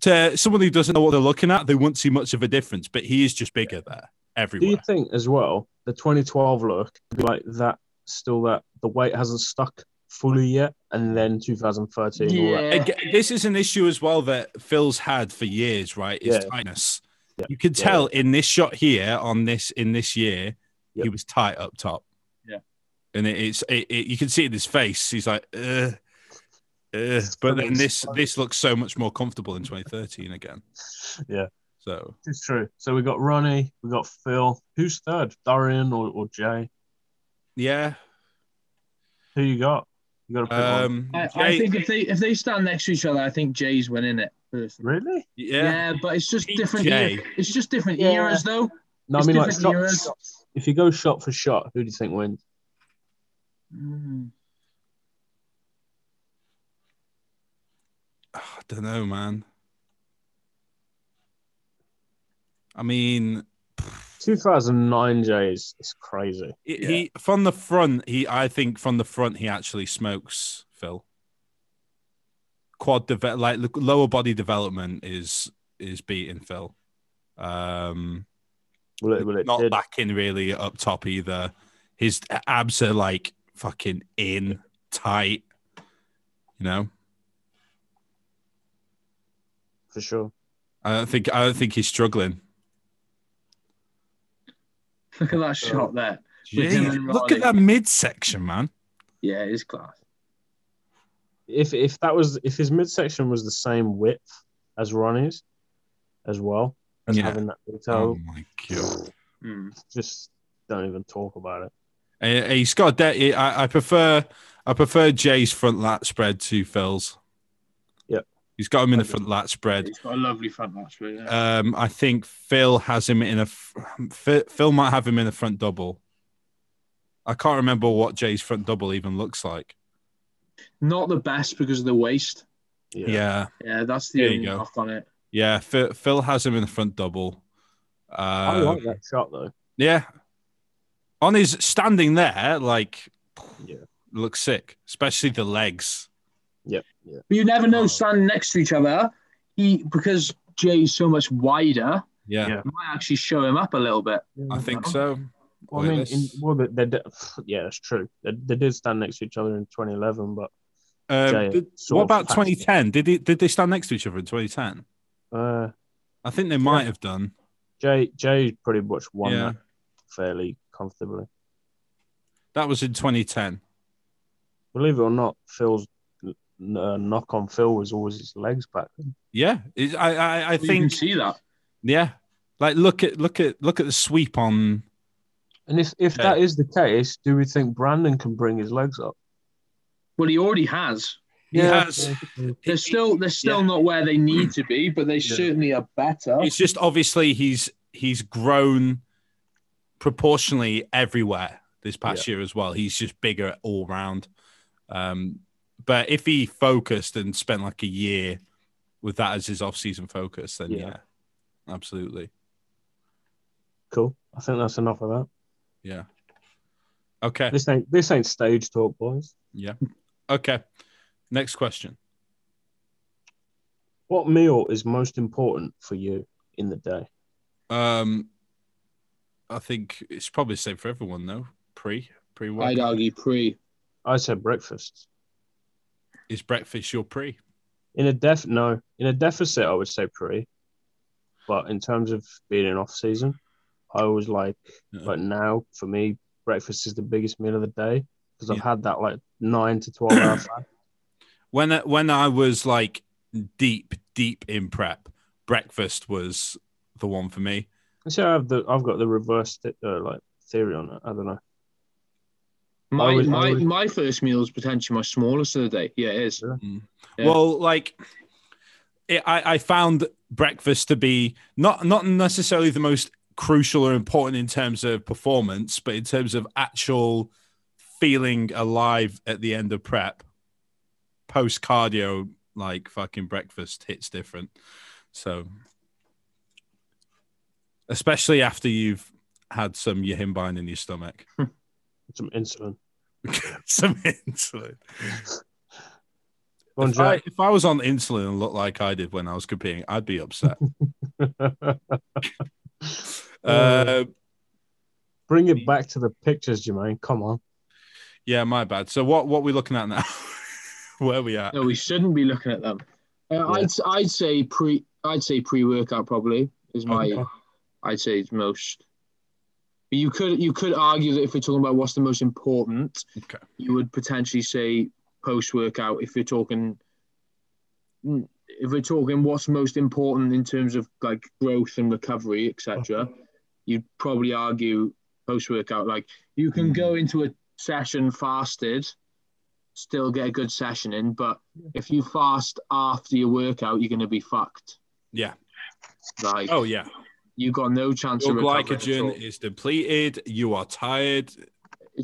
[SPEAKER 1] to someone who doesn't know what they're looking at, they won't see much of a difference. But he is just bigger there
[SPEAKER 3] Do you
[SPEAKER 1] everywhere.
[SPEAKER 3] think as well the 2012 look like that? Still, that the weight hasn't stuck fully yet, and then 2013. all that.
[SPEAKER 2] yeah,
[SPEAKER 1] Aga- this is an issue as well that Phil's had for years, right? Is
[SPEAKER 3] Yeah.
[SPEAKER 1] tightness.
[SPEAKER 3] Yeah.
[SPEAKER 1] You can
[SPEAKER 3] Yeah.
[SPEAKER 1] tell in this shot here on this in this year, he
[SPEAKER 3] Yep.
[SPEAKER 1] was tight up top.
[SPEAKER 2] Yeah.
[SPEAKER 1] and it, it's it, it, you can see it in his face. He's like, Ugh. Ugh. but then this this looks so much more comfortable in 2013 again.
[SPEAKER 3] Yeah,
[SPEAKER 1] So
[SPEAKER 3] it's true. So we got Ronnie, we got Phil. Who's third, Darren or, or Jay?
[SPEAKER 1] yeah,
[SPEAKER 3] Who you got? You got to pick one.
[SPEAKER 1] um,
[SPEAKER 2] I, I
[SPEAKER 1] Jay-
[SPEAKER 2] think if they if they stand next to each other, I think Jay's winning it personally.
[SPEAKER 3] Really?
[SPEAKER 1] yeah.
[SPEAKER 2] Yeah, but it's just
[SPEAKER 1] Team
[SPEAKER 2] different.
[SPEAKER 1] Jay.
[SPEAKER 2] Era, it's just different
[SPEAKER 3] Yeah.
[SPEAKER 2] eras though.
[SPEAKER 3] No, I
[SPEAKER 2] It's
[SPEAKER 3] mean like
[SPEAKER 2] different
[SPEAKER 3] shot,
[SPEAKER 2] eras.
[SPEAKER 3] shot- If you go shot for shot, who do you think wins?
[SPEAKER 2] Mm.
[SPEAKER 1] Ah, I don't know, man. I mean,
[SPEAKER 3] 2009 Jay is, is crazy.
[SPEAKER 1] it,
[SPEAKER 2] Yeah.
[SPEAKER 1] he from the front. He, I think, from the front, he actually smokes Phil. Quad deve- like look, lower body development is is beating Phil. Um,
[SPEAKER 3] Will it? Will it?
[SPEAKER 1] not
[SPEAKER 3] did?
[SPEAKER 1] lacking really up top either. His abs are like fucking in tight, you know.
[SPEAKER 3] for sure.
[SPEAKER 1] I don't think I don't think he's struggling.
[SPEAKER 2] Look at that shot there. With him
[SPEAKER 1] Jeez,
[SPEAKER 2] and
[SPEAKER 1] look at
[SPEAKER 2] Raleigh.
[SPEAKER 1] that midsection, man.
[SPEAKER 2] Yeah, it's class.
[SPEAKER 3] If if that was if his midsection was the same width as Ronnie's, as well as
[SPEAKER 1] Yeah.
[SPEAKER 3] having that
[SPEAKER 1] Oh
[SPEAKER 3] detail,
[SPEAKER 1] my god!
[SPEAKER 2] Mm.
[SPEAKER 3] just don't even talk about it.
[SPEAKER 1] Uh, he's got that. he- I, I prefer I prefer Jay's front lat spread to Phil's.
[SPEAKER 3] Yep.
[SPEAKER 1] he's got him in the
[SPEAKER 3] Okay.
[SPEAKER 1] front lat spread.
[SPEAKER 2] He's got a lovely front match, really. Yeah.
[SPEAKER 1] Um, I think Phil has him in a. f- Phil Phil might have him in a front double. I can't remember what Jay's front double even looks like.
[SPEAKER 2] Not the best because of the waist.
[SPEAKER 1] Yeah, yeah.
[SPEAKER 2] Yeah, that's the
[SPEAKER 1] There you
[SPEAKER 2] only
[SPEAKER 1] go.
[SPEAKER 2] knock on it.
[SPEAKER 1] Phil, Phil has him in the front double. Um,
[SPEAKER 3] I like that shot though.
[SPEAKER 1] Yeah. On his standing there, like,
[SPEAKER 3] Yeah.
[SPEAKER 1] looks sick, especially the legs.
[SPEAKER 2] But you never know
[SPEAKER 1] Oh.
[SPEAKER 2] standing next to each other. He because Jay's so much wider,
[SPEAKER 1] Yeah,
[SPEAKER 3] Yeah.
[SPEAKER 2] it might actually show him up a little bit.
[SPEAKER 1] I think so.
[SPEAKER 3] Well,
[SPEAKER 1] Look
[SPEAKER 3] I
[SPEAKER 1] at
[SPEAKER 3] mean, in,
[SPEAKER 1] this.
[SPEAKER 3] well, they, they, did- yeah, that's true. They, they did stand next to each other in 2011, but
[SPEAKER 1] Um,
[SPEAKER 3] Jay
[SPEAKER 1] did-
[SPEAKER 3] sort
[SPEAKER 1] what
[SPEAKER 3] of
[SPEAKER 1] about
[SPEAKER 3] passed.
[SPEAKER 1] 2010? Did he, did they stand next to each other in 2010?
[SPEAKER 3] uh,
[SPEAKER 1] I think they might have done.
[SPEAKER 3] Jay Jay pretty much won
[SPEAKER 1] Yeah.
[SPEAKER 3] that fairly comfortably.
[SPEAKER 1] That was in 2010.
[SPEAKER 3] Believe it or not, Phil's uh, knock on Phil was always his legs back. then.
[SPEAKER 1] Yeah, It's- I I, I
[SPEAKER 2] You can
[SPEAKER 1] think
[SPEAKER 2] see that.
[SPEAKER 1] yeah. Like look at look at look at the sweep on.
[SPEAKER 3] And if, if
[SPEAKER 1] Okay.
[SPEAKER 3] that is the case, do we think Brandon can bring his legs up?
[SPEAKER 2] Well, he already has.
[SPEAKER 1] He
[SPEAKER 3] Yeah.
[SPEAKER 1] has.
[SPEAKER 2] They're still they're still not where they need to be, but they
[SPEAKER 3] Yeah.
[SPEAKER 2] certainly are better.
[SPEAKER 1] It's just obviously he's he's grown proportionally everywhere this past year as well. He's just bigger all round. Um, but if he focused and spent like a year with that as his off-season focus, then yeah,
[SPEAKER 3] Yeah.
[SPEAKER 1] absolutely,
[SPEAKER 3] Cool. I think that's enough of that.
[SPEAKER 1] yeah. Okay,
[SPEAKER 3] This ain't this ain't stage talk, boys.
[SPEAKER 1] yeah, okay. Next question.
[SPEAKER 3] What meal is most important for you in the day?
[SPEAKER 1] Um, I think it's probably the same for everyone, though. Pre pre
[SPEAKER 2] I'd argue pre.
[SPEAKER 3] I said breakfast.
[SPEAKER 1] is breakfast your pre?
[SPEAKER 3] In a def no, in a deficit, I would say pre. But in terms of being in off season, I was like,
[SPEAKER 1] Yeah.
[SPEAKER 3] but now for me, breakfast is the biggest meal of the day because I've
[SPEAKER 1] Yeah.
[SPEAKER 3] had that like nine to twelve hour fast.
[SPEAKER 1] when when I was like deep deep in prep, breakfast was the one for me.
[SPEAKER 3] See, I have the I've got the reverse th- uh, like theory on it. I don't know.
[SPEAKER 2] My
[SPEAKER 3] I would- I
[SPEAKER 2] my,
[SPEAKER 3] would-
[SPEAKER 2] my first meal is potentially my smallest of the day. Yeah, it is. Yeah.
[SPEAKER 1] Well, like it, I, I found breakfast to be not not necessarily the most crucial or important in terms of performance, but in terms of actual feeling alive at the end of prep, post cardio, like fucking breakfast hits different. So, especially after you've had some yahimbine in your stomach,
[SPEAKER 3] Some insulin.
[SPEAKER 1] some insulin.
[SPEAKER 3] Go on,
[SPEAKER 1] If I,
[SPEAKER 3] Jack.
[SPEAKER 1] if I was on insulin and looked like I did when I was competing, I'd be upset.
[SPEAKER 2] Oh.
[SPEAKER 1] uh,
[SPEAKER 3] Bring it back to the pictures, Jermaine. Come on.
[SPEAKER 1] yeah, my bad. So what what we looking at now? Where we at?
[SPEAKER 2] No, we shouldn't be looking at them. Uh, I'd I'd say pre I'd say pre workout probably is my
[SPEAKER 1] Okay.
[SPEAKER 2] I'd say it's most. But you could you could argue that if we're talking about what's the most important,
[SPEAKER 1] Okay.
[SPEAKER 2] you would potentially say post workout. If you're talking, mm, if we're talking what's most important in terms of like growth and recovery, etc., you'd probably argue post workout. Like you can
[SPEAKER 1] Mm.
[SPEAKER 2] go into a session fasted, still get a good session in, but if you fast after your workout, you're going to be fucked.
[SPEAKER 1] Yeah.
[SPEAKER 2] Like
[SPEAKER 1] Oh yeah.
[SPEAKER 2] you got no chance
[SPEAKER 1] Your
[SPEAKER 2] of recovering at all.
[SPEAKER 1] glycogen is depleted. You are tired.
[SPEAKER 2] It's,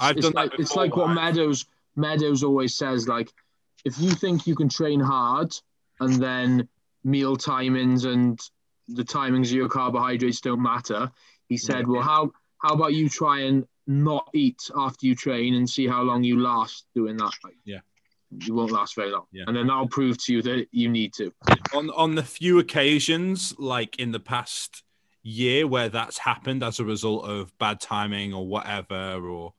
[SPEAKER 1] I've
[SPEAKER 2] it's
[SPEAKER 1] done that
[SPEAKER 2] like, It's
[SPEAKER 1] before,
[SPEAKER 2] like what
[SPEAKER 1] like-
[SPEAKER 2] Meadows Meadows always says. Like, if you think you can train hard and then meal timings and the timings of your carbohydrates don't matter, he said, well, how how about you try and not eat after you train and see how long you last doing that? Like,
[SPEAKER 1] Yeah.
[SPEAKER 2] You won't last very long,
[SPEAKER 1] Yeah.
[SPEAKER 2] and then that'll prove to you that you need to.
[SPEAKER 1] On on the few occasions, like in the past year, where that's happened as a result of bad timing or whatever, or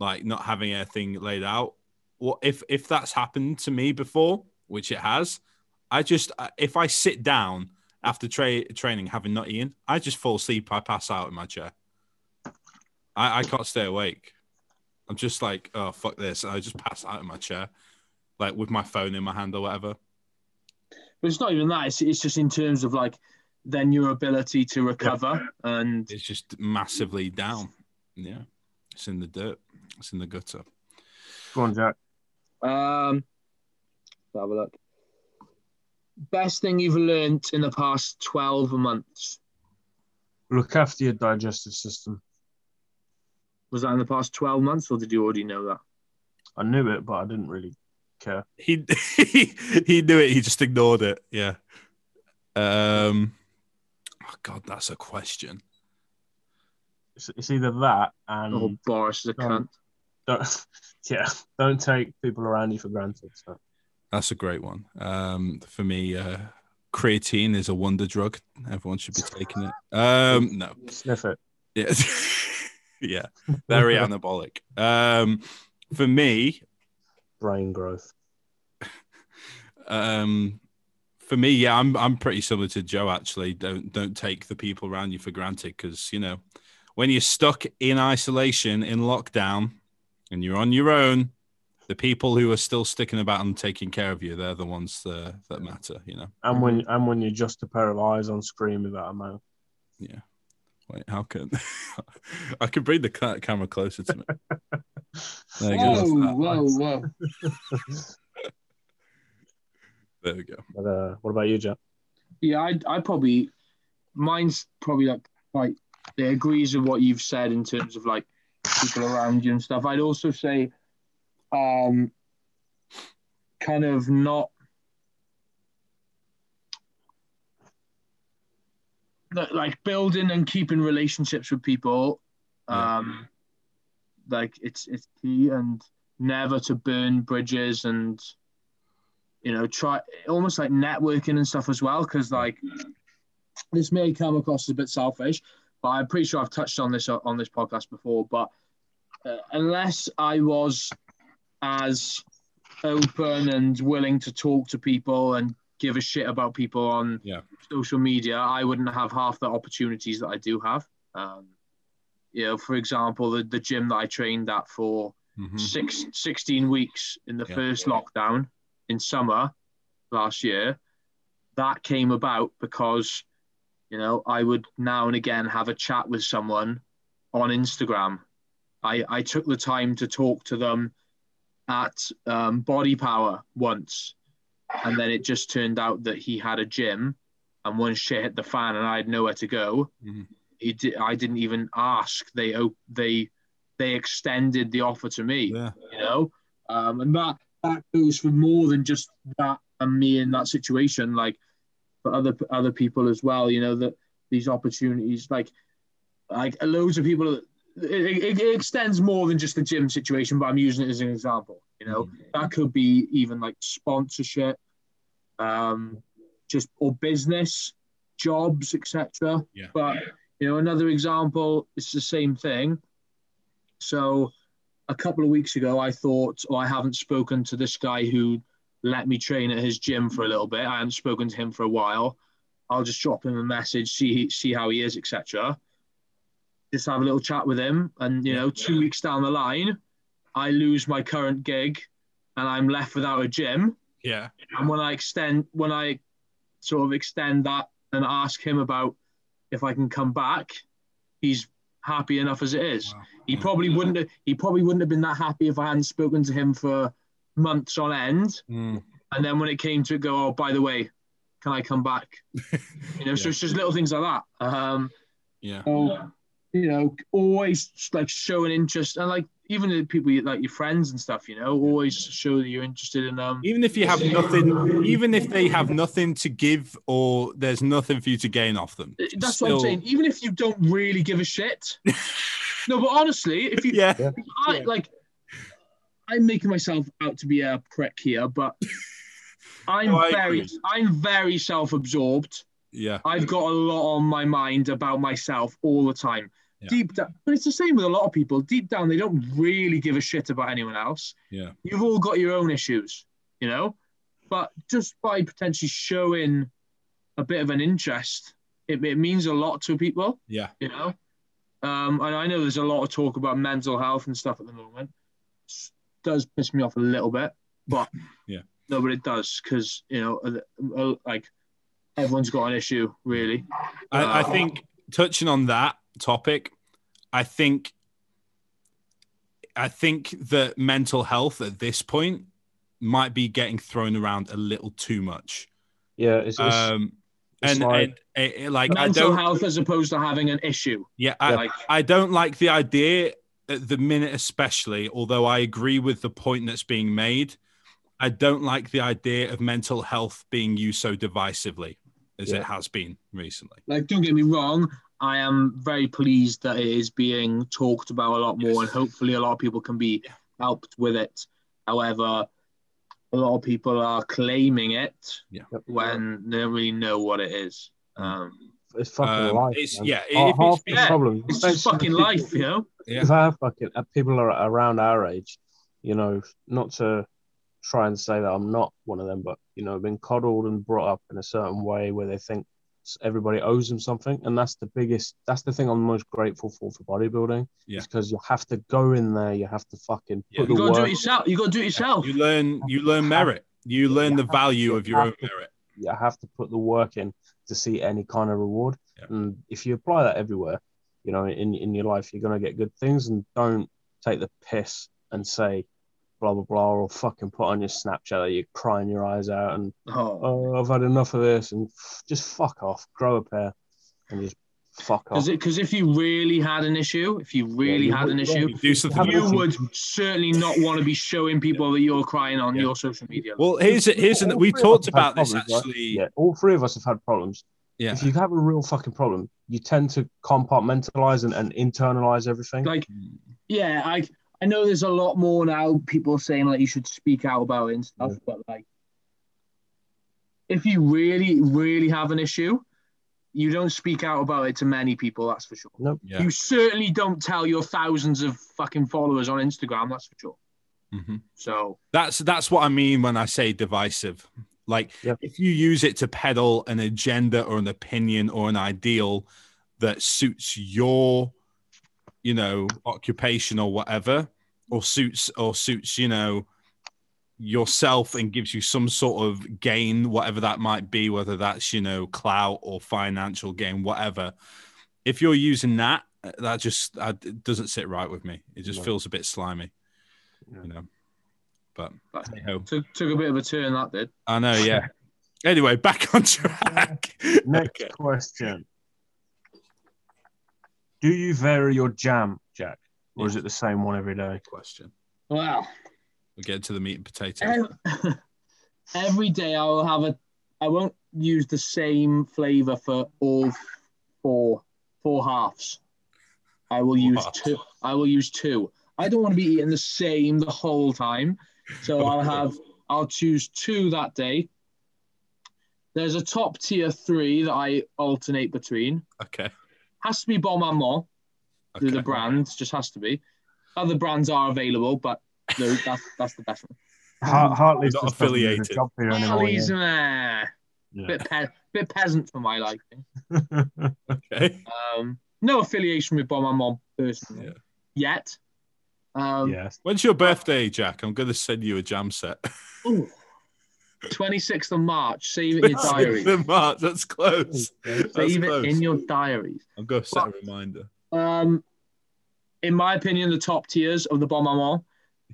[SPEAKER 1] like not having anything laid out. Well, if if that's happened to me before, which it has, I just I- if I sit down after tra- training having not eaten, I just fall asleep. I pass out in my chair. I, I can't stay awake. I'm just like, oh fuck this, and I just pass out in my chair, like with my phone in my hand or whatever.
[SPEAKER 2] But it's not even that. It's, it's just in terms of like then your ability to recover and
[SPEAKER 1] It's just massively down. Yeah, it's in the dirt. It's in the gutter.
[SPEAKER 3] Go on, Jack.
[SPEAKER 2] Um, let's have a look. Best thing you've learnt in the past 12 months?
[SPEAKER 3] Look after your digestive system.
[SPEAKER 2] Was that in the past 12 months, or did you already know that?
[SPEAKER 3] I knew it, but I didn't really care.
[SPEAKER 1] He he he knew it. He just ignored it. Yeah. Um. Oh God, that's a question.
[SPEAKER 3] It's, it's either that and
[SPEAKER 2] oh, Boris is a
[SPEAKER 3] no.
[SPEAKER 2] cunt.
[SPEAKER 3] don't, yeah, don't take people around you for granted. So.
[SPEAKER 1] That's a great one. Um, for me, uh, creatine is a wonder drug. Everyone should be taking it. Um, no.
[SPEAKER 3] Sniff it.
[SPEAKER 1] Yeah. yeah. Very anabolic. Um, for me,
[SPEAKER 3] Brain growth.
[SPEAKER 1] Um, for me, yeah, I'm I'm pretty similar to Joe. Actually, don't don't take the people around you for granted because you know when you're stuck in isolation in lockdown and you're on your own, the people who are still sticking about and taking care of you, they're the ones uh, that matter. You know,
[SPEAKER 3] And when and when you're just a pair of eyes on screen without a mouth.
[SPEAKER 1] wait, how can I can bring the ca- camera closer to me? There you go.
[SPEAKER 2] Whoa,
[SPEAKER 1] That's that.
[SPEAKER 2] whoa, whoa.
[SPEAKER 1] There we go.
[SPEAKER 3] But uh, what about you, Jack?
[SPEAKER 2] Yeah, I, I probably, mine's probably like quite, it agrees with what you've said in terms of like people around you and stuff. I'd also say, um, kind of not, li- like building and keeping relationships with people,
[SPEAKER 1] Yeah.
[SPEAKER 2] um, like it's it's key and never to burn bridges and you know try almost like networking and stuff as well because like this may come across as a bit selfish but i'm pretty sure i've touched on this uh, on this podcast before but uh, unless i was as open and willing to talk to people and give a shit about people on
[SPEAKER 1] Yeah.
[SPEAKER 2] social media i wouldn't have half the opportunities that i do have um, you know for example the, the gym that i trained at for
[SPEAKER 1] Mhm.
[SPEAKER 2] six, 16 weeks in the
[SPEAKER 1] Yeah.
[SPEAKER 2] first lockdown in summer last year, that came about because, you know, I would now and again have a chat with someone on Instagram. I, I took the time to talk to them at um, Body Power once, and then it just turned out that he had a gym, and once shit hit the fan and I had nowhere to go,
[SPEAKER 1] Mhm.
[SPEAKER 2] he di- I didn't even ask. They op- they they extended the offer to me
[SPEAKER 1] Yeah.
[SPEAKER 2] you know um, and that that goes for more than just that and me in that situation like for other other people as well you know that these opportunities like like loads of people it, it, it extends more than just the gym situation but i'm using it as an example you
[SPEAKER 1] Mm.
[SPEAKER 2] know that could be even like sponsorship um just or business jobs etc
[SPEAKER 1] Yeah.
[SPEAKER 2] but you know another example it's the same thing so a couple of weeks ago i thought oh, i haven't spoken to this guy who let me train at his gym for a little bit i haven't spoken to him for a while i'll just drop him a message see see how he is etc just have a little chat with him and you know two weeks down the line i lose my current gig and i'm left without a gym
[SPEAKER 1] Yeah.
[SPEAKER 2] and when I extend, when I sort of extend that and ask him about if I can come back, he's happy enough as it is.
[SPEAKER 1] Wow.
[SPEAKER 2] He
[SPEAKER 1] Yeah.
[SPEAKER 2] probably wouldn't. Have, he probably wouldn't have been that happy if I hadn't spoken to him for months on end.
[SPEAKER 1] Mm.
[SPEAKER 2] And then when it came to go, oh, by the way, can I come back? You know, so
[SPEAKER 1] Yeah.
[SPEAKER 2] it's just little things like that. Um,
[SPEAKER 1] Yeah.
[SPEAKER 2] so, you know, always like show an interest and like even the people you, like your friends and stuff. You know, always show that you're interested in um, them.
[SPEAKER 1] Even if you have nothing, even if they have nothing to give or there's nothing for you to gain off them.
[SPEAKER 2] That's what
[SPEAKER 1] still-
[SPEAKER 2] I'm saying. Even if you don't really give a shit. no, but honestly, if you,
[SPEAKER 1] Yeah.
[SPEAKER 2] I like, I'm making myself out to be a prick here, but I'm
[SPEAKER 1] No, I
[SPEAKER 2] very,
[SPEAKER 1] agree.
[SPEAKER 2] I'm very self-absorbed.
[SPEAKER 1] Yeah.
[SPEAKER 2] I've got a lot on my mind about myself all the time.
[SPEAKER 1] Yeah.
[SPEAKER 2] Deep down, but it's the same with a lot of people. Deep down, they don't really give a shit about anyone else.
[SPEAKER 1] Yeah.
[SPEAKER 2] You've all got your own issues, you know? But just by potentially showing a bit of an interest, it, it means a lot to people,
[SPEAKER 1] Yeah.
[SPEAKER 2] you know? Um, and I know there's a lot of talk about mental health and stuff at the moment. S- does piss me off a little bit, but
[SPEAKER 1] Yeah.
[SPEAKER 2] no, but it does because, you know, uh, uh, like everyone's got an issue, really.
[SPEAKER 1] I, I
[SPEAKER 2] Uh,
[SPEAKER 1] think touching on that topic, I think I think that mental health at this point might be getting thrown around a little too much.
[SPEAKER 3] Yeah, it's, it's
[SPEAKER 1] Um,
[SPEAKER 3] it's
[SPEAKER 1] and
[SPEAKER 3] like-
[SPEAKER 1] and it- it- like I
[SPEAKER 2] mental
[SPEAKER 1] don't,
[SPEAKER 2] health as opposed to having an issue.
[SPEAKER 1] yeah, I,
[SPEAKER 2] Like,
[SPEAKER 1] I don't like the idea at the minute, especially. Although I agree with the point that's being made, I don't like the idea of mental health being used so divisively as
[SPEAKER 3] Yeah.
[SPEAKER 1] it has been recently.
[SPEAKER 2] like, don't get me wrong. I am very pleased that it is being talked about a lot more,
[SPEAKER 1] Yes.
[SPEAKER 2] and hopefully, a lot of people can be helped with it. However, a lot of people are claiming it when they don't really know what it is. Um,
[SPEAKER 3] it's fucking
[SPEAKER 1] Um,
[SPEAKER 3] life.
[SPEAKER 1] it's-
[SPEAKER 3] man.
[SPEAKER 1] yeah, if
[SPEAKER 3] half,
[SPEAKER 1] it's
[SPEAKER 3] half the
[SPEAKER 1] been-
[SPEAKER 3] problem.
[SPEAKER 2] it's just fucking life, you know.
[SPEAKER 1] Yeah.
[SPEAKER 3] If our fucking uh, people are around our age, you know, not to try and say that I'm not one of them, but you know, been coddled and brought up in a certain way where they think s- everybody owes them something, and that's the biggest. That's the thing I'm most grateful for for bodybuilding.
[SPEAKER 1] Yeah.
[SPEAKER 3] because you have to go in there, you have to fucking
[SPEAKER 1] Yeah.
[SPEAKER 3] put
[SPEAKER 2] You
[SPEAKER 3] the
[SPEAKER 2] gotta do
[SPEAKER 3] work.
[SPEAKER 2] it yourself. You gotta do it yourself.
[SPEAKER 1] You learn you learn merit. You learn the value of your own merit.
[SPEAKER 3] you have to put the work in to see any kind of reward.
[SPEAKER 1] Yeah.
[SPEAKER 3] And if you apply that everywhere, you know, in, in your life, you're going to get good things and don't take the piss and say blah, blah, blah, or fucking put on your Snapchat that you're crying your eyes out and,
[SPEAKER 2] Oh.
[SPEAKER 3] oh, I've had enough of this and f- just fuck off, grow a pair and just fuck off.
[SPEAKER 2] Because if you really had an issue, if you really
[SPEAKER 3] you
[SPEAKER 2] had an
[SPEAKER 3] would- yeah,
[SPEAKER 2] issue,
[SPEAKER 1] You do something.
[SPEAKER 3] Have
[SPEAKER 2] you
[SPEAKER 3] a-
[SPEAKER 2] would certainly not want to be showing people that you're crying on
[SPEAKER 1] Yeah.
[SPEAKER 2] your social media.
[SPEAKER 1] Well, here's a, here's an,
[SPEAKER 3] All
[SPEAKER 1] we
[SPEAKER 3] three of us
[SPEAKER 1] talked
[SPEAKER 3] have had
[SPEAKER 1] about this
[SPEAKER 3] problems, right?
[SPEAKER 1] actually.
[SPEAKER 3] Yeah, all three of us have had problems.
[SPEAKER 1] Yeah.
[SPEAKER 3] If you have a real fucking problem, you tend to compartmentalize and, and internalize everything.
[SPEAKER 2] Like- yeah, I I know there's a lot more now. People saying like you should speak out about it and stuff, but like if you really really have an issue, you don't speak out about it to many people. That's for sure.
[SPEAKER 1] Yeah.
[SPEAKER 2] You certainly don't tell your thousands of fucking followers on Instagram. That's for sure.
[SPEAKER 1] Mhm.
[SPEAKER 2] So
[SPEAKER 1] That's that's what I mean when I say divisive. Like
[SPEAKER 3] Yeah.
[SPEAKER 1] if you use it to peddle an agenda or an opinion or an ideal that suits your, you know, occupation or whatever, or suits or suits you know, yourself and gives you some sort of gain, whatever that might be, whether that's, you know, clout or financial gain, whatever. If you're using that, that just uh, it doesn't sit right with me. It just
[SPEAKER 3] No.
[SPEAKER 1] feels a bit slimy,
[SPEAKER 3] Yeah.
[SPEAKER 1] you know. But
[SPEAKER 2] But-
[SPEAKER 1] hey-ho.
[SPEAKER 2] Took, took a bit of a turn that did.
[SPEAKER 1] I know, yeah. anyway, back on track.
[SPEAKER 3] Next question. Do you vary your jam, Jack? Or is it the same one every day?
[SPEAKER 1] Question.
[SPEAKER 2] Well,
[SPEAKER 1] We'll get to the meat and potatoes.
[SPEAKER 2] Um, ev- every day I will have a. I won't use the same flavor for all four four halves. I will use
[SPEAKER 1] What?
[SPEAKER 2] two. I will use two. I don't want to be eating the same the whole time, so I'll have. I'll choose two that day. There's a top tier three that I alternate between.
[SPEAKER 1] Okay.
[SPEAKER 2] Has to be Bon Maman.
[SPEAKER 1] okay.
[SPEAKER 2] the brand just has to be. Other brands are available, but no, that's that's the best one.
[SPEAKER 3] Har- Hartley's
[SPEAKER 1] Not
[SPEAKER 3] just doesn't do the
[SPEAKER 1] affiliated.
[SPEAKER 3] Job here anymore,
[SPEAKER 2] Harley's,
[SPEAKER 3] yeah.
[SPEAKER 2] meh,
[SPEAKER 3] Yeah.
[SPEAKER 2] bit pe- bit peasant for my liking.
[SPEAKER 1] Okay.
[SPEAKER 2] Um, no affiliation with Bon Maman personally
[SPEAKER 1] Yeah.
[SPEAKER 2] yet. Um,
[SPEAKER 3] yes.
[SPEAKER 1] When's your birthday, Jack? I'm going to send you a jam set.
[SPEAKER 2] ooh, 26th of March. Save it in your diary.
[SPEAKER 1] March. That's close. That's
[SPEAKER 2] Save it
[SPEAKER 1] close.
[SPEAKER 2] in your diaries.
[SPEAKER 1] I'm going to set a reminder.
[SPEAKER 2] Um, in my opinion, the top tiers of the Bon Maman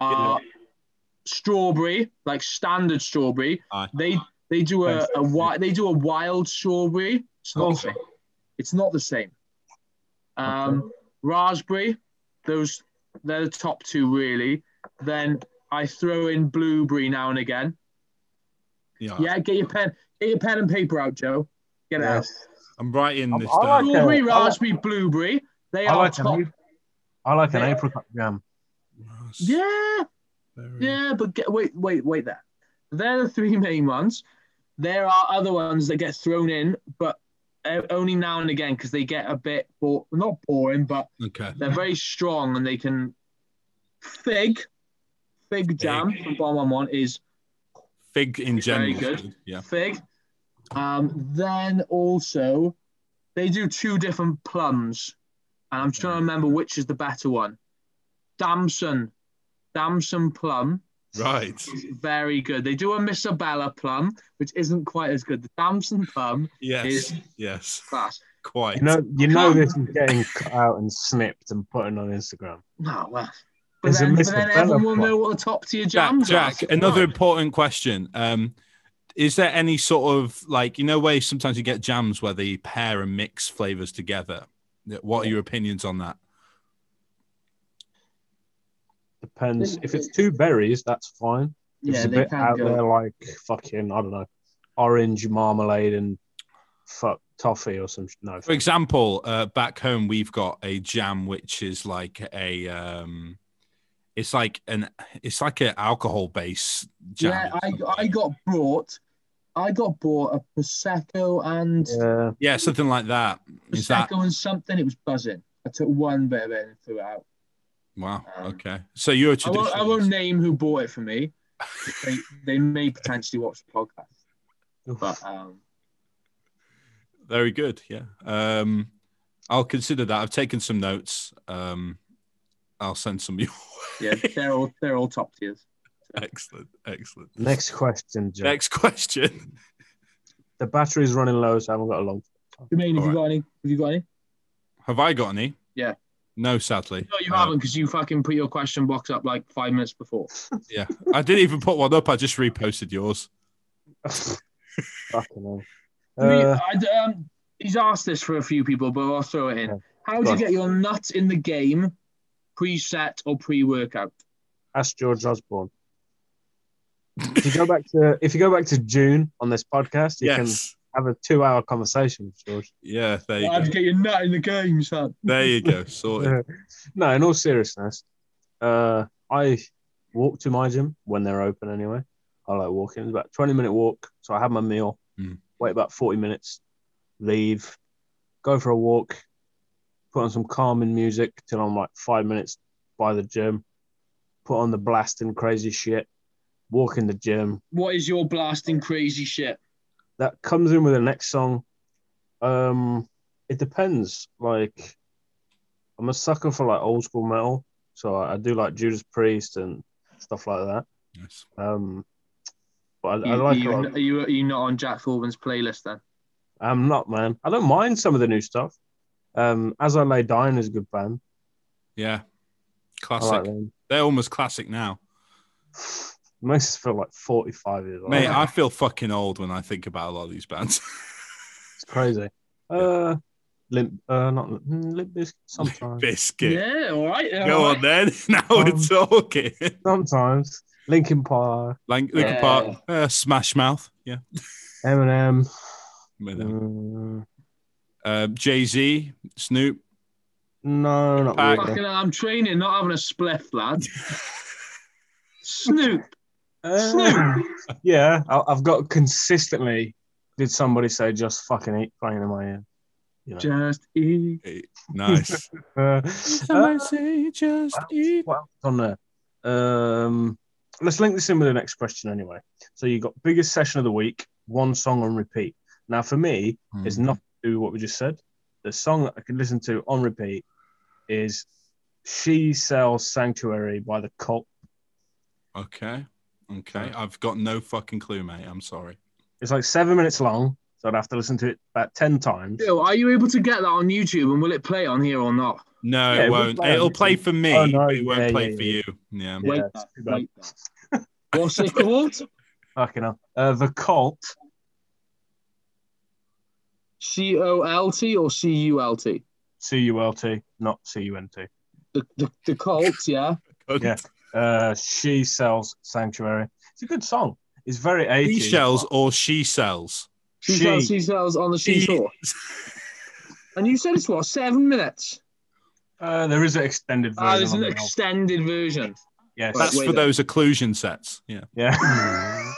[SPEAKER 2] are strawberry, like standard strawberry.
[SPEAKER 1] Aye.
[SPEAKER 2] They they do a, a wi- they do a wild strawberry. It's not the
[SPEAKER 3] Okay.
[SPEAKER 2] same. It's not the same. Um, Raspberry, those they're the top two really. Then I throw in blueberry now and again.
[SPEAKER 3] Ah.
[SPEAKER 1] Yeah.
[SPEAKER 2] Yeah, get your pen, get your pen and paper out, Joe. Get it out.
[SPEAKER 3] Yes.
[SPEAKER 1] I'm writing
[SPEAKER 3] I'm-
[SPEAKER 1] this
[SPEAKER 3] I like
[SPEAKER 1] down.
[SPEAKER 3] it.
[SPEAKER 2] Strawberry,
[SPEAKER 3] I like-
[SPEAKER 2] raspberry, blueberry. They
[SPEAKER 3] I
[SPEAKER 2] are
[SPEAKER 3] like,
[SPEAKER 2] top.
[SPEAKER 3] an, ap- I like an
[SPEAKER 2] They-
[SPEAKER 3] apricot jam.
[SPEAKER 2] Yeah.
[SPEAKER 3] Hmm.
[SPEAKER 1] Raspberry.
[SPEAKER 2] Yeah, but get, wait, wait, wait there. They're the three main ones. There are other ones that get thrown in, but uh, only now and again because they get a bit, bo- not boring, but
[SPEAKER 1] Okay.
[SPEAKER 2] they're very strong and they can. Fig, fig jam from Bomb on One is
[SPEAKER 1] Fig in general.
[SPEAKER 2] good.
[SPEAKER 1] Yeah.
[SPEAKER 2] fig. Um, then also, they do two different plums, and I'm trying to remember which is the better one. Damson, Damson plum.
[SPEAKER 1] Right.
[SPEAKER 2] is very good. They do a Missabella plum, which isn't quite as good. The Damson plum
[SPEAKER 1] Yes.
[SPEAKER 2] is
[SPEAKER 1] Yes.
[SPEAKER 2] class.
[SPEAKER 1] Quite.
[SPEAKER 3] You know, you know this is getting cut out and snipped and put in on Instagram.
[SPEAKER 2] No, well. But
[SPEAKER 3] It's a
[SPEAKER 2] then, but then
[SPEAKER 3] Missabella
[SPEAKER 2] everyone will
[SPEAKER 3] plum.
[SPEAKER 2] know what the top tier
[SPEAKER 1] Jack,
[SPEAKER 2] jams
[SPEAKER 1] Jack
[SPEAKER 2] are.
[SPEAKER 1] another
[SPEAKER 2] Right.
[SPEAKER 1] important question. Um, is there any sort of like you know where sometimes you get jams where they pair and mix flavors together? What are your opinions on that?
[SPEAKER 3] Depends. If it's two berries, that's fine. If
[SPEAKER 2] Yeah,
[SPEAKER 3] it's a
[SPEAKER 2] they
[SPEAKER 3] bit
[SPEAKER 2] can
[SPEAKER 3] out there
[SPEAKER 2] go.
[SPEAKER 3] like fucking, I don't know, orange marmalade and fuck toffee or some sh- no.
[SPEAKER 1] For example, uh, back home we've got a jam which is like a um, it's like an it's like an alcohol base jam.
[SPEAKER 2] Yeah, I, I got bought, I got bought a prosecco and
[SPEAKER 3] Yeah.
[SPEAKER 1] yeah, something like that. Is
[SPEAKER 2] prosecco
[SPEAKER 1] that
[SPEAKER 2] and something. It was buzzing. I took one bit of it and threw it out.
[SPEAKER 1] wow?
[SPEAKER 2] Um,
[SPEAKER 1] Okay, so you're a
[SPEAKER 2] I won't,
[SPEAKER 1] traditionalist.
[SPEAKER 2] I won't name who bought it for me. they, they may potentially watch the podcast, but um,
[SPEAKER 1] Very good. Yeah. Um, I'll consider that. I've taken some notes. Um, I'll send some your
[SPEAKER 2] yeah, they're all they're all top tiers.
[SPEAKER 1] excellent, excellent.
[SPEAKER 3] Next question, Jack.
[SPEAKER 1] Next question.
[SPEAKER 3] The battery's running low, so I haven't got a long.
[SPEAKER 2] Jermaine, have you
[SPEAKER 1] Alright.
[SPEAKER 2] got any? Have you got any?
[SPEAKER 1] Have I got any?
[SPEAKER 2] Yeah.
[SPEAKER 1] No, sadly.
[SPEAKER 2] No, you
[SPEAKER 1] Uh,
[SPEAKER 2] haven't because you fucking put your question box up like five minutes before.
[SPEAKER 1] Yeah. Uh, I didn't even put one up. I just reposted yours.
[SPEAKER 3] Fucking hell.
[SPEAKER 2] I mean,
[SPEAKER 3] Uh,
[SPEAKER 2] I'd, um, he's asked this for a few people, but I'll throw it in.
[SPEAKER 3] Yeah.
[SPEAKER 2] How do
[SPEAKER 3] Go
[SPEAKER 2] you
[SPEAKER 3] on.
[SPEAKER 2] get your nut in the game, pre-set or pre-workout?
[SPEAKER 3] ask George Osborne. If you go back to if you go back to June on this podcast, you
[SPEAKER 1] Yes.
[SPEAKER 3] can have a two hour conversation with George.
[SPEAKER 1] Yeah. There you
[SPEAKER 2] How do
[SPEAKER 1] go.
[SPEAKER 2] you get your nut in the game, son?
[SPEAKER 1] There you go. Sorted.
[SPEAKER 3] no, in all seriousness, uh, I walk to my gym when they're open anyway. I like walking. It's about a 20 minute walk. So I have my meal,
[SPEAKER 1] Mm.
[SPEAKER 3] wait about 40 minutes, leave, go for a walk, put on some calming music till I'm like five minutes by the gym, put on the blasting crazy shit, walk in the gym,
[SPEAKER 2] What is your blasting crazy shit?
[SPEAKER 3] that comes in with the next song. Um, it depends. Like, I'm a sucker for like old school metal, so I, I do like Judas Priest and stuff like that.
[SPEAKER 1] Yes.
[SPEAKER 3] Um, but I, I
[SPEAKER 2] You,
[SPEAKER 3] like. a
[SPEAKER 2] you,
[SPEAKER 3] lot
[SPEAKER 2] are,
[SPEAKER 3] of-
[SPEAKER 2] you, are you not on Jack Foreman's playlist then?
[SPEAKER 3] I'm not, man. I don't mind some of the new stuff. Um, As I Lay Dying is a good band.
[SPEAKER 1] Yeah.
[SPEAKER 3] I
[SPEAKER 1] Classic.
[SPEAKER 3] like them.
[SPEAKER 1] They're almost classic now.
[SPEAKER 3] Most feel like 45 years old.
[SPEAKER 1] Mate, I feel fucking old when I think about a lot of these bands.
[SPEAKER 3] It's crazy. Uh, limp, uh, not Limp- mm, limp Bizkit. Sometimes,
[SPEAKER 1] Biscuit.
[SPEAKER 2] Yeah, all right.
[SPEAKER 1] Go on then. Now we're
[SPEAKER 3] Um,
[SPEAKER 1] talking.
[SPEAKER 3] sometimes Linkin Park,
[SPEAKER 1] Like Linkin
[SPEAKER 2] Yeah.
[SPEAKER 1] Park, uh, Smash Mouth. Yeah.
[SPEAKER 3] Eminem,
[SPEAKER 1] With them.
[SPEAKER 3] mm,
[SPEAKER 1] Uh, Jay Z, Snoop.
[SPEAKER 3] no, not
[SPEAKER 1] Impact.
[SPEAKER 3] really.
[SPEAKER 2] Fucking hell, I'm training, not having a spliff, lad. Snoop.
[SPEAKER 3] Uh, yeah, I, I've got consistently. Did somebody say just fucking eat playing in my ear? You know.
[SPEAKER 2] Just eat.
[SPEAKER 1] Nice.
[SPEAKER 3] Uh,
[SPEAKER 1] Somebody say just eat.
[SPEAKER 3] what else is on there? Um, let's link this in with the next question anyway. So you got biggest session of the week, one song on repeat. Now for me,
[SPEAKER 1] Hmm,
[SPEAKER 3] it's nothing to do with what we just said. The song that I can listen to on repeat is "She Sells Sanctuary" by the Cult.
[SPEAKER 1] Okay. Okay. I've got no fucking clue, mate. I'm sorry.
[SPEAKER 3] It's like seven minutes long, so I'd have to listen to it about ten times.
[SPEAKER 2] Yo, are you able to get that on YouTube and will it play on here or not?
[SPEAKER 1] No,
[SPEAKER 3] Yeah,
[SPEAKER 1] it
[SPEAKER 3] it
[SPEAKER 1] won't.
[SPEAKER 3] won't play on
[SPEAKER 1] It'll
[SPEAKER 3] YouTube.
[SPEAKER 1] play for me,
[SPEAKER 3] Oh, no.
[SPEAKER 1] but it won't
[SPEAKER 3] Yeah,
[SPEAKER 1] play
[SPEAKER 3] yeah,
[SPEAKER 1] for
[SPEAKER 3] yeah.
[SPEAKER 1] you. Yeah.
[SPEAKER 3] Yeah,
[SPEAKER 2] wait,
[SPEAKER 3] it's
[SPEAKER 2] that,
[SPEAKER 3] too bad.
[SPEAKER 2] wait that. What's it called?
[SPEAKER 3] Fucking hell. Uh, the Cult.
[SPEAKER 2] C O L T or C U L T?
[SPEAKER 3] C U L T, not C U N T.
[SPEAKER 2] The, the, the cult, yeah.
[SPEAKER 3] Yeah. Uh, she sells sanctuary. It's a good song. It's very
[SPEAKER 1] He
[SPEAKER 3] 80s.
[SPEAKER 1] sells or she sells.
[SPEAKER 2] She,
[SPEAKER 3] She-
[SPEAKER 2] sells, she sells on the seashore. And you said it's what, seven minutes?
[SPEAKER 3] Uh, there is an extended version.
[SPEAKER 2] Ah, there's an
[SPEAKER 3] on the album.
[SPEAKER 2] extended version.
[SPEAKER 3] Yes.
[SPEAKER 1] That's
[SPEAKER 2] wait
[SPEAKER 1] for
[SPEAKER 2] a-
[SPEAKER 1] those occlusion sets. Yeah.
[SPEAKER 3] yeah.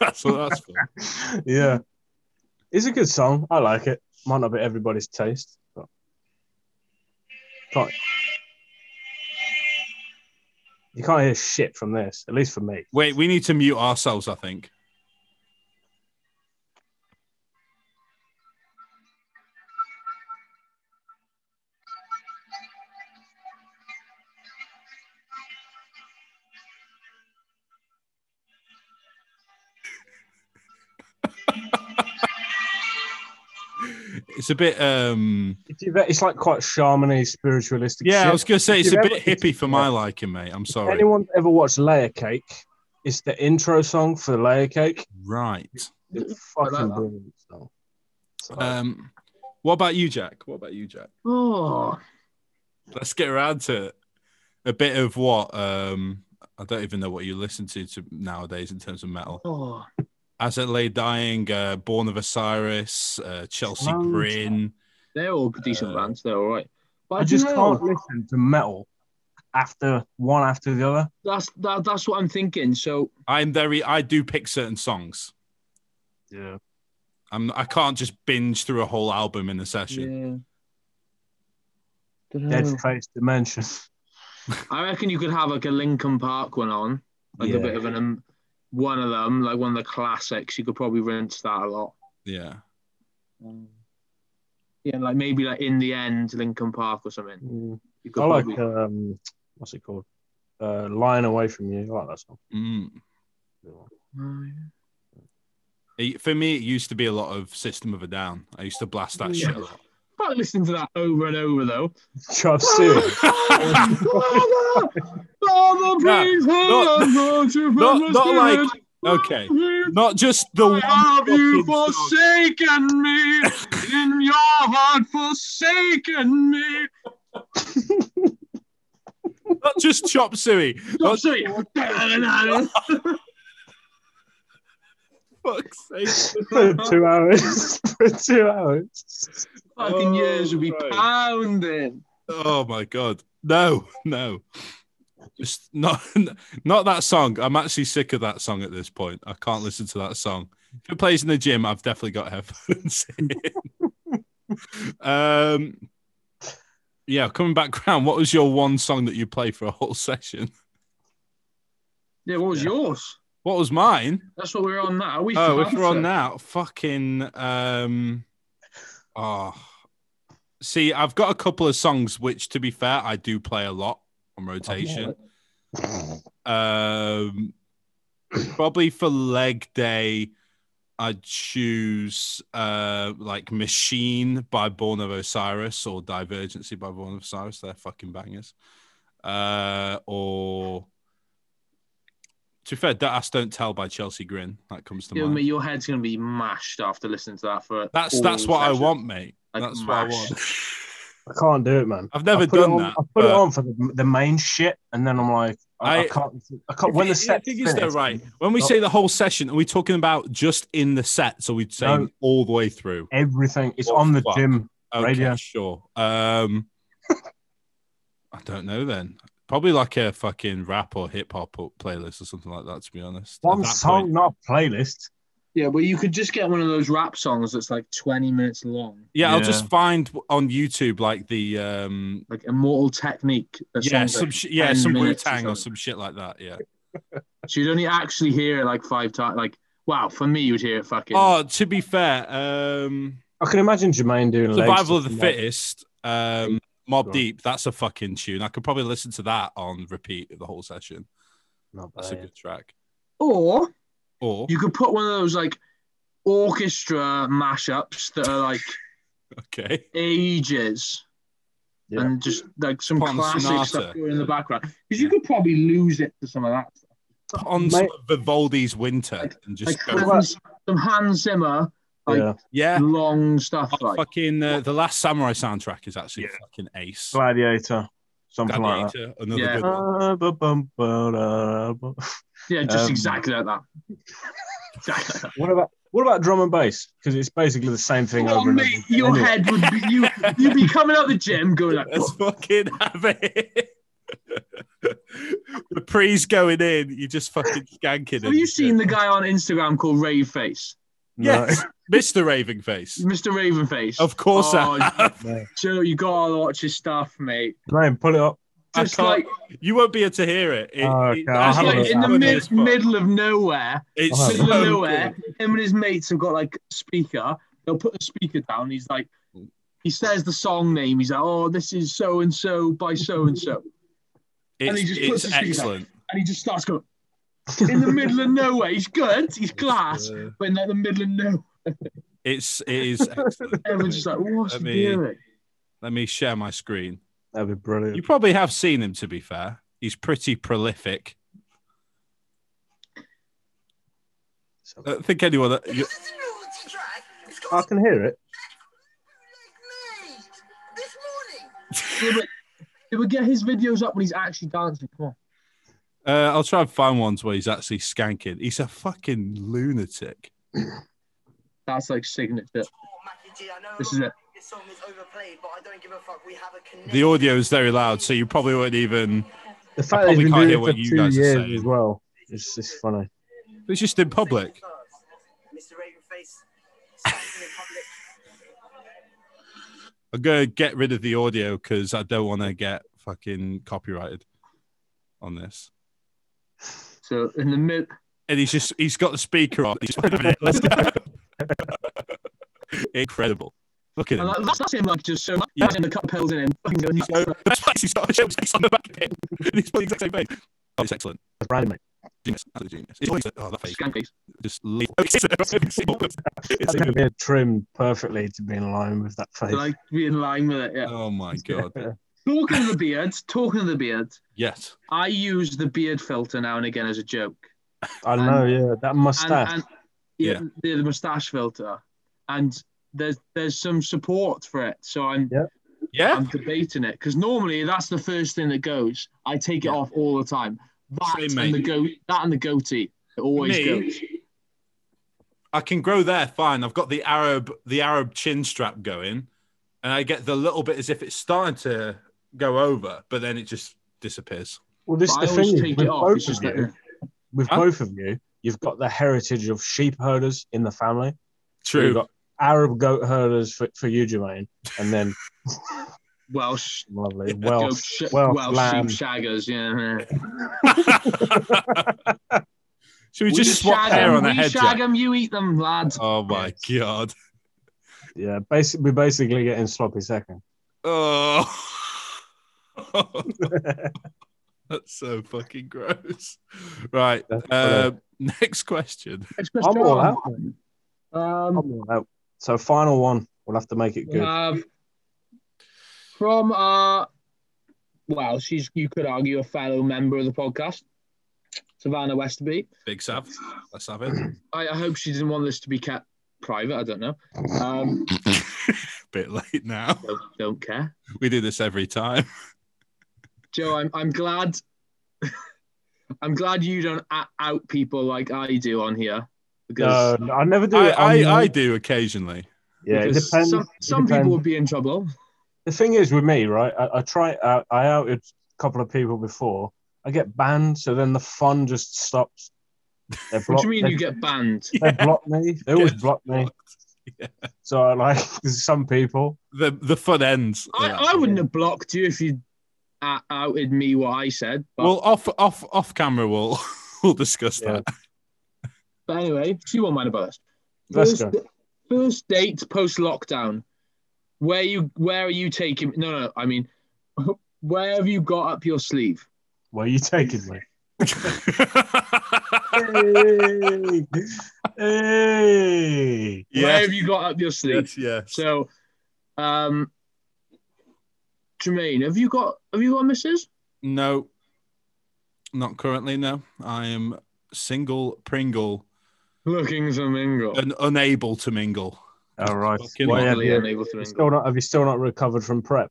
[SPEAKER 1] That's what that's for.
[SPEAKER 3] yeah. It's a good song. I like it. Might not be everybody's taste, but can't... you can't hear shit from this. At least for me.
[SPEAKER 1] Wait, we need to mute ourselves, I think. It's a bit um
[SPEAKER 3] It's, it's like quite shamany, spiritualistic.
[SPEAKER 1] yeah,
[SPEAKER 3] shit.
[SPEAKER 1] I was gonna say it's
[SPEAKER 3] You've
[SPEAKER 1] a
[SPEAKER 3] ever-
[SPEAKER 1] bit hippie for my liking, mate. I'm sorry.
[SPEAKER 3] Anyone ever watched Layer Cake? It's the intro song for Layer Cake.
[SPEAKER 1] Right.
[SPEAKER 3] It's
[SPEAKER 2] I like
[SPEAKER 3] fucking
[SPEAKER 2] that.
[SPEAKER 3] brilliant song. So,
[SPEAKER 1] Um what about you, Jack? What about you, Jack?
[SPEAKER 2] Oh,
[SPEAKER 1] Let's get around to it. A bit of what? Um, I don't even know what you listen to, to nowadays in terms of metal.
[SPEAKER 2] oh.
[SPEAKER 1] As it lay dying, uh, Born of Osiris, uh, Chelsea
[SPEAKER 3] Sounds-
[SPEAKER 1] Grin.
[SPEAKER 2] They're all decent
[SPEAKER 1] Uh,
[SPEAKER 2] bands. They're all right. But
[SPEAKER 3] I just
[SPEAKER 2] dunno.
[SPEAKER 3] can't listen to metal after one after the other.
[SPEAKER 2] That's that, that's what I'm thinking. So
[SPEAKER 1] I'm very. I do pick certain songs.
[SPEAKER 3] Yeah.
[SPEAKER 1] I'm. I can't just binge through a whole album in a session.
[SPEAKER 2] yeah.
[SPEAKER 3] Dead
[SPEAKER 2] Dunno.
[SPEAKER 3] Face Dimension.
[SPEAKER 2] I reckon you could have like a Lincoln Park one on, like
[SPEAKER 3] Yeah.
[SPEAKER 2] a bit of an um, one of them, like one of the classics. You could probably rinse that a lot.
[SPEAKER 1] Yeah.
[SPEAKER 3] Mm.
[SPEAKER 2] Um, yeah, like maybe like in the end, Lincoln Park or something.
[SPEAKER 3] Mm.
[SPEAKER 2] You
[SPEAKER 3] I
[SPEAKER 2] could
[SPEAKER 3] like
[SPEAKER 2] probably-
[SPEAKER 3] um, what's it called? Uh, Lying Away from You. I like that song.
[SPEAKER 1] Mm.
[SPEAKER 2] Oh, yeah.
[SPEAKER 1] It- For me, it used to be a lot of System of a Down. I used to blast that shit a lot.
[SPEAKER 2] Can't listen to that over and over though.
[SPEAKER 3] Chub Suey.
[SPEAKER 2] Father, Father,
[SPEAKER 1] not-
[SPEAKER 2] please hear us, Lord, you
[SPEAKER 1] not- not
[SPEAKER 2] from the
[SPEAKER 1] like-
[SPEAKER 2] spirit.
[SPEAKER 1] okay.
[SPEAKER 2] Please
[SPEAKER 1] Not just the one.
[SPEAKER 2] have you
[SPEAKER 1] fucking song.
[SPEAKER 2] forsaken me? In your heart, forsaken me.
[SPEAKER 1] Not just Chop Suey.
[SPEAKER 2] Oh,
[SPEAKER 1] Not
[SPEAKER 2] sorry.
[SPEAKER 1] fuck's sake.
[SPEAKER 3] for two hours. for two hours.
[SPEAKER 2] Fucking years will be
[SPEAKER 1] Christ.
[SPEAKER 2] pounding.
[SPEAKER 1] Oh my god. No, no. Just not not that song. I'm actually sick of that song at this point. I can't listen to that song. If it plays in the gym, I've definitely got headphones in. um yeah, coming back round, what was your one song that you play for a whole session?
[SPEAKER 2] Yeah, what was yours?
[SPEAKER 1] What was mine?
[SPEAKER 2] That's what we're on now. We
[SPEAKER 1] Oh, if
[SPEAKER 2] fancy.
[SPEAKER 1] we're on now, fucking um oh see, I've got a couple of songs which to be fair, I do play a lot on rotation. Um, probably for leg day, I'd choose uh like Machine by Born of Osiris or Divergency by Born of Osiris. They're fucking bangers. Uh or to be fair, That Ass Don't Tell by Chelsea Grin. That comes to
[SPEAKER 2] You know,
[SPEAKER 1] mind.
[SPEAKER 2] mate, your head's gonna be mashed after listening to that for.
[SPEAKER 1] That's
[SPEAKER 2] all
[SPEAKER 1] that's what I
[SPEAKER 2] session.
[SPEAKER 1] want, mate.
[SPEAKER 2] Like
[SPEAKER 1] that's what I
[SPEAKER 2] mashed.
[SPEAKER 1] want.
[SPEAKER 3] I can't do it, man.
[SPEAKER 1] I've never
[SPEAKER 3] I put it
[SPEAKER 1] done
[SPEAKER 3] on-
[SPEAKER 1] that.
[SPEAKER 3] I put it
[SPEAKER 1] but-
[SPEAKER 3] on for the, the main shit, and then I'm like, I, I
[SPEAKER 1] I-
[SPEAKER 3] can't. I can't. When the
[SPEAKER 1] I
[SPEAKER 3] set
[SPEAKER 1] think is though,
[SPEAKER 3] finished-
[SPEAKER 1] right? When we
[SPEAKER 3] Not-
[SPEAKER 1] say the whole session, are we talking about just in the set? So we'd say
[SPEAKER 3] No.
[SPEAKER 1] all the way through.
[SPEAKER 3] everything is
[SPEAKER 1] Oh,
[SPEAKER 3] on the
[SPEAKER 1] fuck.
[SPEAKER 3] gym.
[SPEAKER 1] Okay,
[SPEAKER 3] Radio.
[SPEAKER 1] sure. Um, I don't know then. Probably like a fucking rap or hip hop or playlist or something like that. To be honest, At
[SPEAKER 3] One
[SPEAKER 1] that
[SPEAKER 3] song,
[SPEAKER 1] point.
[SPEAKER 3] not a playlist.
[SPEAKER 2] Yeah, well, you could just get one of those rap songs that's like 20 minutes long,
[SPEAKER 1] Yeah, I'll
[SPEAKER 3] Yeah.
[SPEAKER 1] just find on YouTube like the um,
[SPEAKER 2] like Immortal Technique. that
[SPEAKER 1] yeah,
[SPEAKER 2] sounds like-
[SPEAKER 1] some sh- yeah,
[SPEAKER 2] 10
[SPEAKER 1] some Wu
[SPEAKER 2] minutes or
[SPEAKER 1] Tang or
[SPEAKER 2] something.
[SPEAKER 1] some shit like that. Yeah.
[SPEAKER 2] so you'd only actually hear it like five times. Like, wow, for me, you'd hear it fucking.
[SPEAKER 1] Oh, to be fair, um,
[SPEAKER 3] I can imagine Jermaine doing
[SPEAKER 1] Survival of
[SPEAKER 3] legs
[SPEAKER 1] the
[SPEAKER 3] and
[SPEAKER 1] Fittest, um, Mob
[SPEAKER 3] Sure.
[SPEAKER 1] Deep. That's a fucking tune. I could probably listen to that on repeat the whole session.
[SPEAKER 3] Not
[SPEAKER 1] That's
[SPEAKER 3] bad.
[SPEAKER 1] a good track.
[SPEAKER 2] or
[SPEAKER 1] Or
[SPEAKER 2] you could put one of those like orchestra mashups that are like
[SPEAKER 1] okay,
[SPEAKER 2] ages
[SPEAKER 3] Yeah.
[SPEAKER 2] and just like some
[SPEAKER 1] Put on the
[SPEAKER 2] classic
[SPEAKER 1] Sonata.
[SPEAKER 2] stuff going in the background because you could probably lose it to some of that. stuff.
[SPEAKER 1] Put on some of Vivaldi's Winter and just
[SPEAKER 2] Like
[SPEAKER 1] go.
[SPEAKER 3] Well,
[SPEAKER 2] Hans, some Hans Zimmer like,
[SPEAKER 3] yeah.
[SPEAKER 1] yeah.
[SPEAKER 2] long stuff.
[SPEAKER 1] Oh,
[SPEAKER 2] Like
[SPEAKER 1] fucking uh, the last samurai soundtrack is actually
[SPEAKER 3] Yeah.
[SPEAKER 1] fucking ace.
[SPEAKER 3] Gladiator, something like that.
[SPEAKER 1] Gladiator, another
[SPEAKER 2] Yeah. Uh,
[SPEAKER 1] good one.
[SPEAKER 3] Ah, ba, bum, ba, da, ba.
[SPEAKER 2] yeah, just
[SPEAKER 3] um,
[SPEAKER 2] exactly like that. Exactly like that.
[SPEAKER 3] What about what about drum and bass? Because it's basically the same thing
[SPEAKER 2] Oh,
[SPEAKER 3] over and
[SPEAKER 2] mate,
[SPEAKER 3] over.
[SPEAKER 2] your
[SPEAKER 3] Anyway,
[SPEAKER 2] head would be you. You'd be coming out the gym going like, "Oh,
[SPEAKER 1] Let's fucking have it. the pre's going in. You just fucking skanking.
[SPEAKER 2] "Have you seen the guy on Instagram called Rave Face,
[SPEAKER 3] no,
[SPEAKER 1] Yes, Mr. Raving Face.
[SPEAKER 2] Mr. Raven Face?"
[SPEAKER 1] Of course,
[SPEAKER 2] Oh,
[SPEAKER 1] I have.
[SPEAKER 3] no.
[SPEAKER 2] Joe, you gotta watch his stuff, mate.
[SPEAKER 3] Jermaine, pull it up.
[SPEAKER 1] I
[SPEAKER 2] Just
[SPEAKER 1] can't-
[SPEAKER 2] like,
[SPEAKER 1] You won't be able to hear it. It-
[SPEAKER 3] Oh,
[SPEAKER 1] it-
[SPEAKER 3] God. I'll
[SPEAKER 2] just
[SPEAKER 3] have a
[SPEAKER 2] like
[SPEAKER 3] look.
[SPEAKER 2] in the
[SPEAKER 3] I'll
[SPEAKER 2] mid- middle of nowhere,
[SPEAKER 1] It's
[SPEAKER 3] I'll have a
[SPEAKER 1] so
[SPEAKER 2] middle of
[SPEAKER 1] good.
[SPEAKER 2] nowhere. Him and his mates have got like speaker. They'll put the speaker down. He's like, he says the song name. He's like, oh, this is so and so by so and so, And he
[SPEAKER 1] It's,
[SPEAKER 2] just
[SPEAKER 1] it's
[SPEAKER 2] puts his feet up.
[SPEAKER 1] excellent.
[SPEAKER 2] and he just starts going in the middle of nowhere. He's good. He's class,
[SPEAKER 3] Uh,
[SPEAKER 2] but in like the middle of nowhere,
[SPEAKER 1] It's it is excellent.
[SPEAKER 2] everyone's just like, "Oh, what's
[SPEAKER 1] I
[SPEAKER 2] he
[SPEAKER 1] mean-
[SPEAKER 2] doing?
[SPEAKER 1] Let me share my screen.
[SPEAKER 3] That'd be
[SPEAKER 1] You
[SPEAKER 3] brilliant.
[SPEAKER 1] probably have seen him. To be fair, he's pretty prolific. I don't Uh, think anyone.
[SPEAKER 4] It
[SPEAKER 1] you-
[SPEAKER 4] doesn't know to drive. It's
[SPEAKER 3] I
[SPEAKER 4] called
[SPEAKER 3] can hear it.
[SPEAKER 4] like me. This
[SPEAKER 2] Yeah,
[SPEAKER 4] morning.
[SPEAKER 2] but They would get his videos up when he's actually dancing. Come on.
[SPEAKER 1] Uh, I'll try and find ones where he's actually skanking. He's a fucking lunatic.
[SPEAKER 2] That's like signature.
[SPEAKER 4] Oh, Mackie G, I know
[SPEAKER 2] This is it.
[SPEAKER 4] this song is overplayed, but I don't give a fuck. We have a connection.
[SPEAKER 1] The audio is very loud, so you probably won't even.
[SPEAKER 3] The fact that
[SPEAKER 1] probably
[SPEAKER 3] he's been
[SPEAKER 1] can't
[SPEAKER 3] doing
[SPEAKER 1] hear
[SPEAKER 3] it for
[SPEAKER 1] what you
[SPEAKER 3] two
[SPEAKER 1] guys are
[SPEAKER 3] years
[SPEAKER 1] saying.
[SPEAKER 3] as well. It's just funny.
[SPEAKER 1] It's just in public.
[SPEAKER 4] Mr. Raven Face. skanking in public.
[SPEAKER 1] I'm gonna get rid of the audio because I don't want to get fucking copyrighted on this.
[SPEAKER 2] So in the mid,
[SPEAKER 1] and he's just he's got the speaker on. He's just, "Mate, let's go." Incredible. Look at
[SPEAKER 2] and
[SPEAKER 1] him.
[SPEAKER 2] that, that's, that's him like just so
[SPEAKER 1] Yeah.
[SPEAKER 2] that's him, the cup pills in him. Fucking going,
[SPEAKER 1] He's so- the best place he's got a show face on the back of him. And he's playing the exact same face. Oh, it's excellent.
[SPEAKER 3] It's random, mate.
[SPEAKER 1] Genius. Absolute genius. It's always oh that face.
[SPEAKER 2] skank face.
[SPEAKER 1] Just leave. Oh, it's every single one.
[SPEAKER 3] It's
[SPEAKER 1] It's
[SPEAKER 3] going to
[SPEAKER 1] amazing.
[SPEAKER 3] be trimmed perfectly to be in line with that face.
[SPEAKER 2] They like to be in line with it. Yeah.
[SPEAKER 1] Oh my god.
[SPEAKER 2] Talking of the beard, talking of the beard,
[SPEAKER 1] Yes.
[SPEAKER 2] I use the beard filter now and again as a joke.
[SPEAKER 3] I know, yeah. That
[SPEAKER 2] And,
[SPEAKER 3] mustache.
[SPEAKER 2] and yeah,
[SPEAKER 1] Yeah.
[SPEAKER 2] the, the mustache filter. And there's there's some support for it. So I'm
[SPEAKER 1] Yeah.
[SPEAKER 2] I'm debating it. Because normally that's the first thing that goes. I take it
[SPEAKER 1] Yeah.
[SPEAKER 2] off all the time. That
[SPEAKER 1] Same, mate.
[SPEAKER 2] and the go that and the goatee. It always
[SPEAKER 1] Me?
[SPEAKER 2] goes.
[SPEAKER 1] I can grow there fine. I've got the Arab the Arab chin strap going, and I get the little bit as if it's starting to go over, but then it just disappears.
[SPEAKER 3] well, this is
[SPEAKER 2] But
[SPEAKER 3] the
[SPEAKER 2] I always
[SPEAKER 3] thing. is,
[SPEAKER 2] take
[SPEAKER 3] with
[SPEAKER 2] it off. It's
[SPEAKER 3] both
[SPEAKER 2] just
[SPEAKER 3] of you,
[SPEAKER 2] that,
[SPEAKER 3] with
[SPEAKER 1] Huh?
[SPEAKER 3] both of you, you've got the heritage of sheep herders in the family. You've
[SPEAKER 1] True.
[SPEAKER 3] got Arab goat herders for, for you, Jermaine, and then
[SPEAKER 2] Welsh
[SPEAKER 3] lovely
[SPEAKER 2] goat
[SPEAKER 3] Welsh,
[SPEAKER 2] sh-
[SPEAKER 3] Welsh,
[SPEAKER 2] Welsh
[SPEAKER 3] lamb.
[SPEAKER 2] sheep shaggers, yeah.
[SPEAKER 1] Should we just swap
[SPEAKER 2] shag
[SPEAKER 1] hair
[SPEAKER 2] 'em,
[SPEAKER 1] on the
[SPEAKER 2] we
[SPEAKER 1] head?
[SPEAKER 2] shag
[SPEAKER 1] Jack?
[SPEAKER 2] 'em, you eat them, lads.
[SPEAKER 1] Oh my god.
[SPEAKER 3] Yeah, basically, we're basically getting sloppy second.
[SPEAKER 1] Oh. That's so fucking gross. Right. Uh, next question.
[SPEAKER 2] Next
[SPEAKER 3] I'm all out. I'm
[SPEAKER 2] Um,
[SPEAKER 3] all out. So final one. We'll have to make it
[SPEAKER 2] we
[SPEAKER 3] good.
[SPEAKER 2] have from our, well, she's, you could argue, a fellow member of the podcast, Savannah Westerby.
[SPEAKER 1] Big Sav. Let's have it.
[SPEAKER 2] I, I hope she didn't want this to be kept private. I don't know. Um,
[SPEAKER 1] Bit late now.
[SPEAKER 2] don't, don't care.
[SPEAKER 1] We do this every time.
[SPEAKER 2] Joe, I'm, I'm glad. I'm glad you don't a- out people like I do on here because
[SPEAKER 3] No, no, I never do
[SPEAKER 1] I,
[SPEAKER 3] it. on-
[SPEAKER 1] I, I do occasionally.
[SPEAKER 3] yeah, it
[SPEAKER 2] because
[SPEAKER 3] depends.
[SPEAKER 2] some, some
[SPEAKER 3] depends.
[SPEAKER 2] people would be in trouble.
[SPEAKER 3] the thing is with me, right? I, I try. I, I outed a couple of people before. I get banned, so then the fun just stops. They block,
[SPEAKER 2] What do you mean
[SPEAKER 3] they,
[SPEAKER 2] you get banned?
[SPEAKER 3] they block me. They always
[SPEAKER 1] Yeah.
[SPEAKER 3] block me. So I like some people.
[SPEAKER 1] The the fun ends. Yeah.
[SPEAKER 2] I, I wouldn't have blocked you if you uh, outed me what I said. But,
[SPEAKER 1] well, off off off camera, we'll we'll discuss
[SPEAKER 3] Yeah.
[SPEAKER 1] that.
[SPEAKER 2] but anyway, she won't mind about this.
[SPEAKER 3] Let's go.
[SPEAKER 2] first date post lockdown. Where you where are you taking? No, no. I mean, where have you got up your sleeve?
[SPEAKER 3] Where are you taking me? hey, hey.
[SPEAKER 2] Where
[SPEAKER 1] yes,
[SPEAKER 2] have you got up your sleeve?
[SPEAKER 1] yes, yes.
[SPEAKER 2] So, um, Jermaine, have you got have you got a missus?
[SPEAKER 1] No, not currently. No, I am single, Pringle,
[SPEAKER 2] Looking for mingle.
[SPEAKER 1] and unable to mingle.
[SPEAKER 3] All right.
[SPEAKER 1] Fucking
[SPEAKER 3] Why have
[SPEAKER 2] Totally
[SPEAKER 3] you,
[SPEAKER 2] unable to mingle.
[SPEAKER 3] still not, have you still not recovered from prep?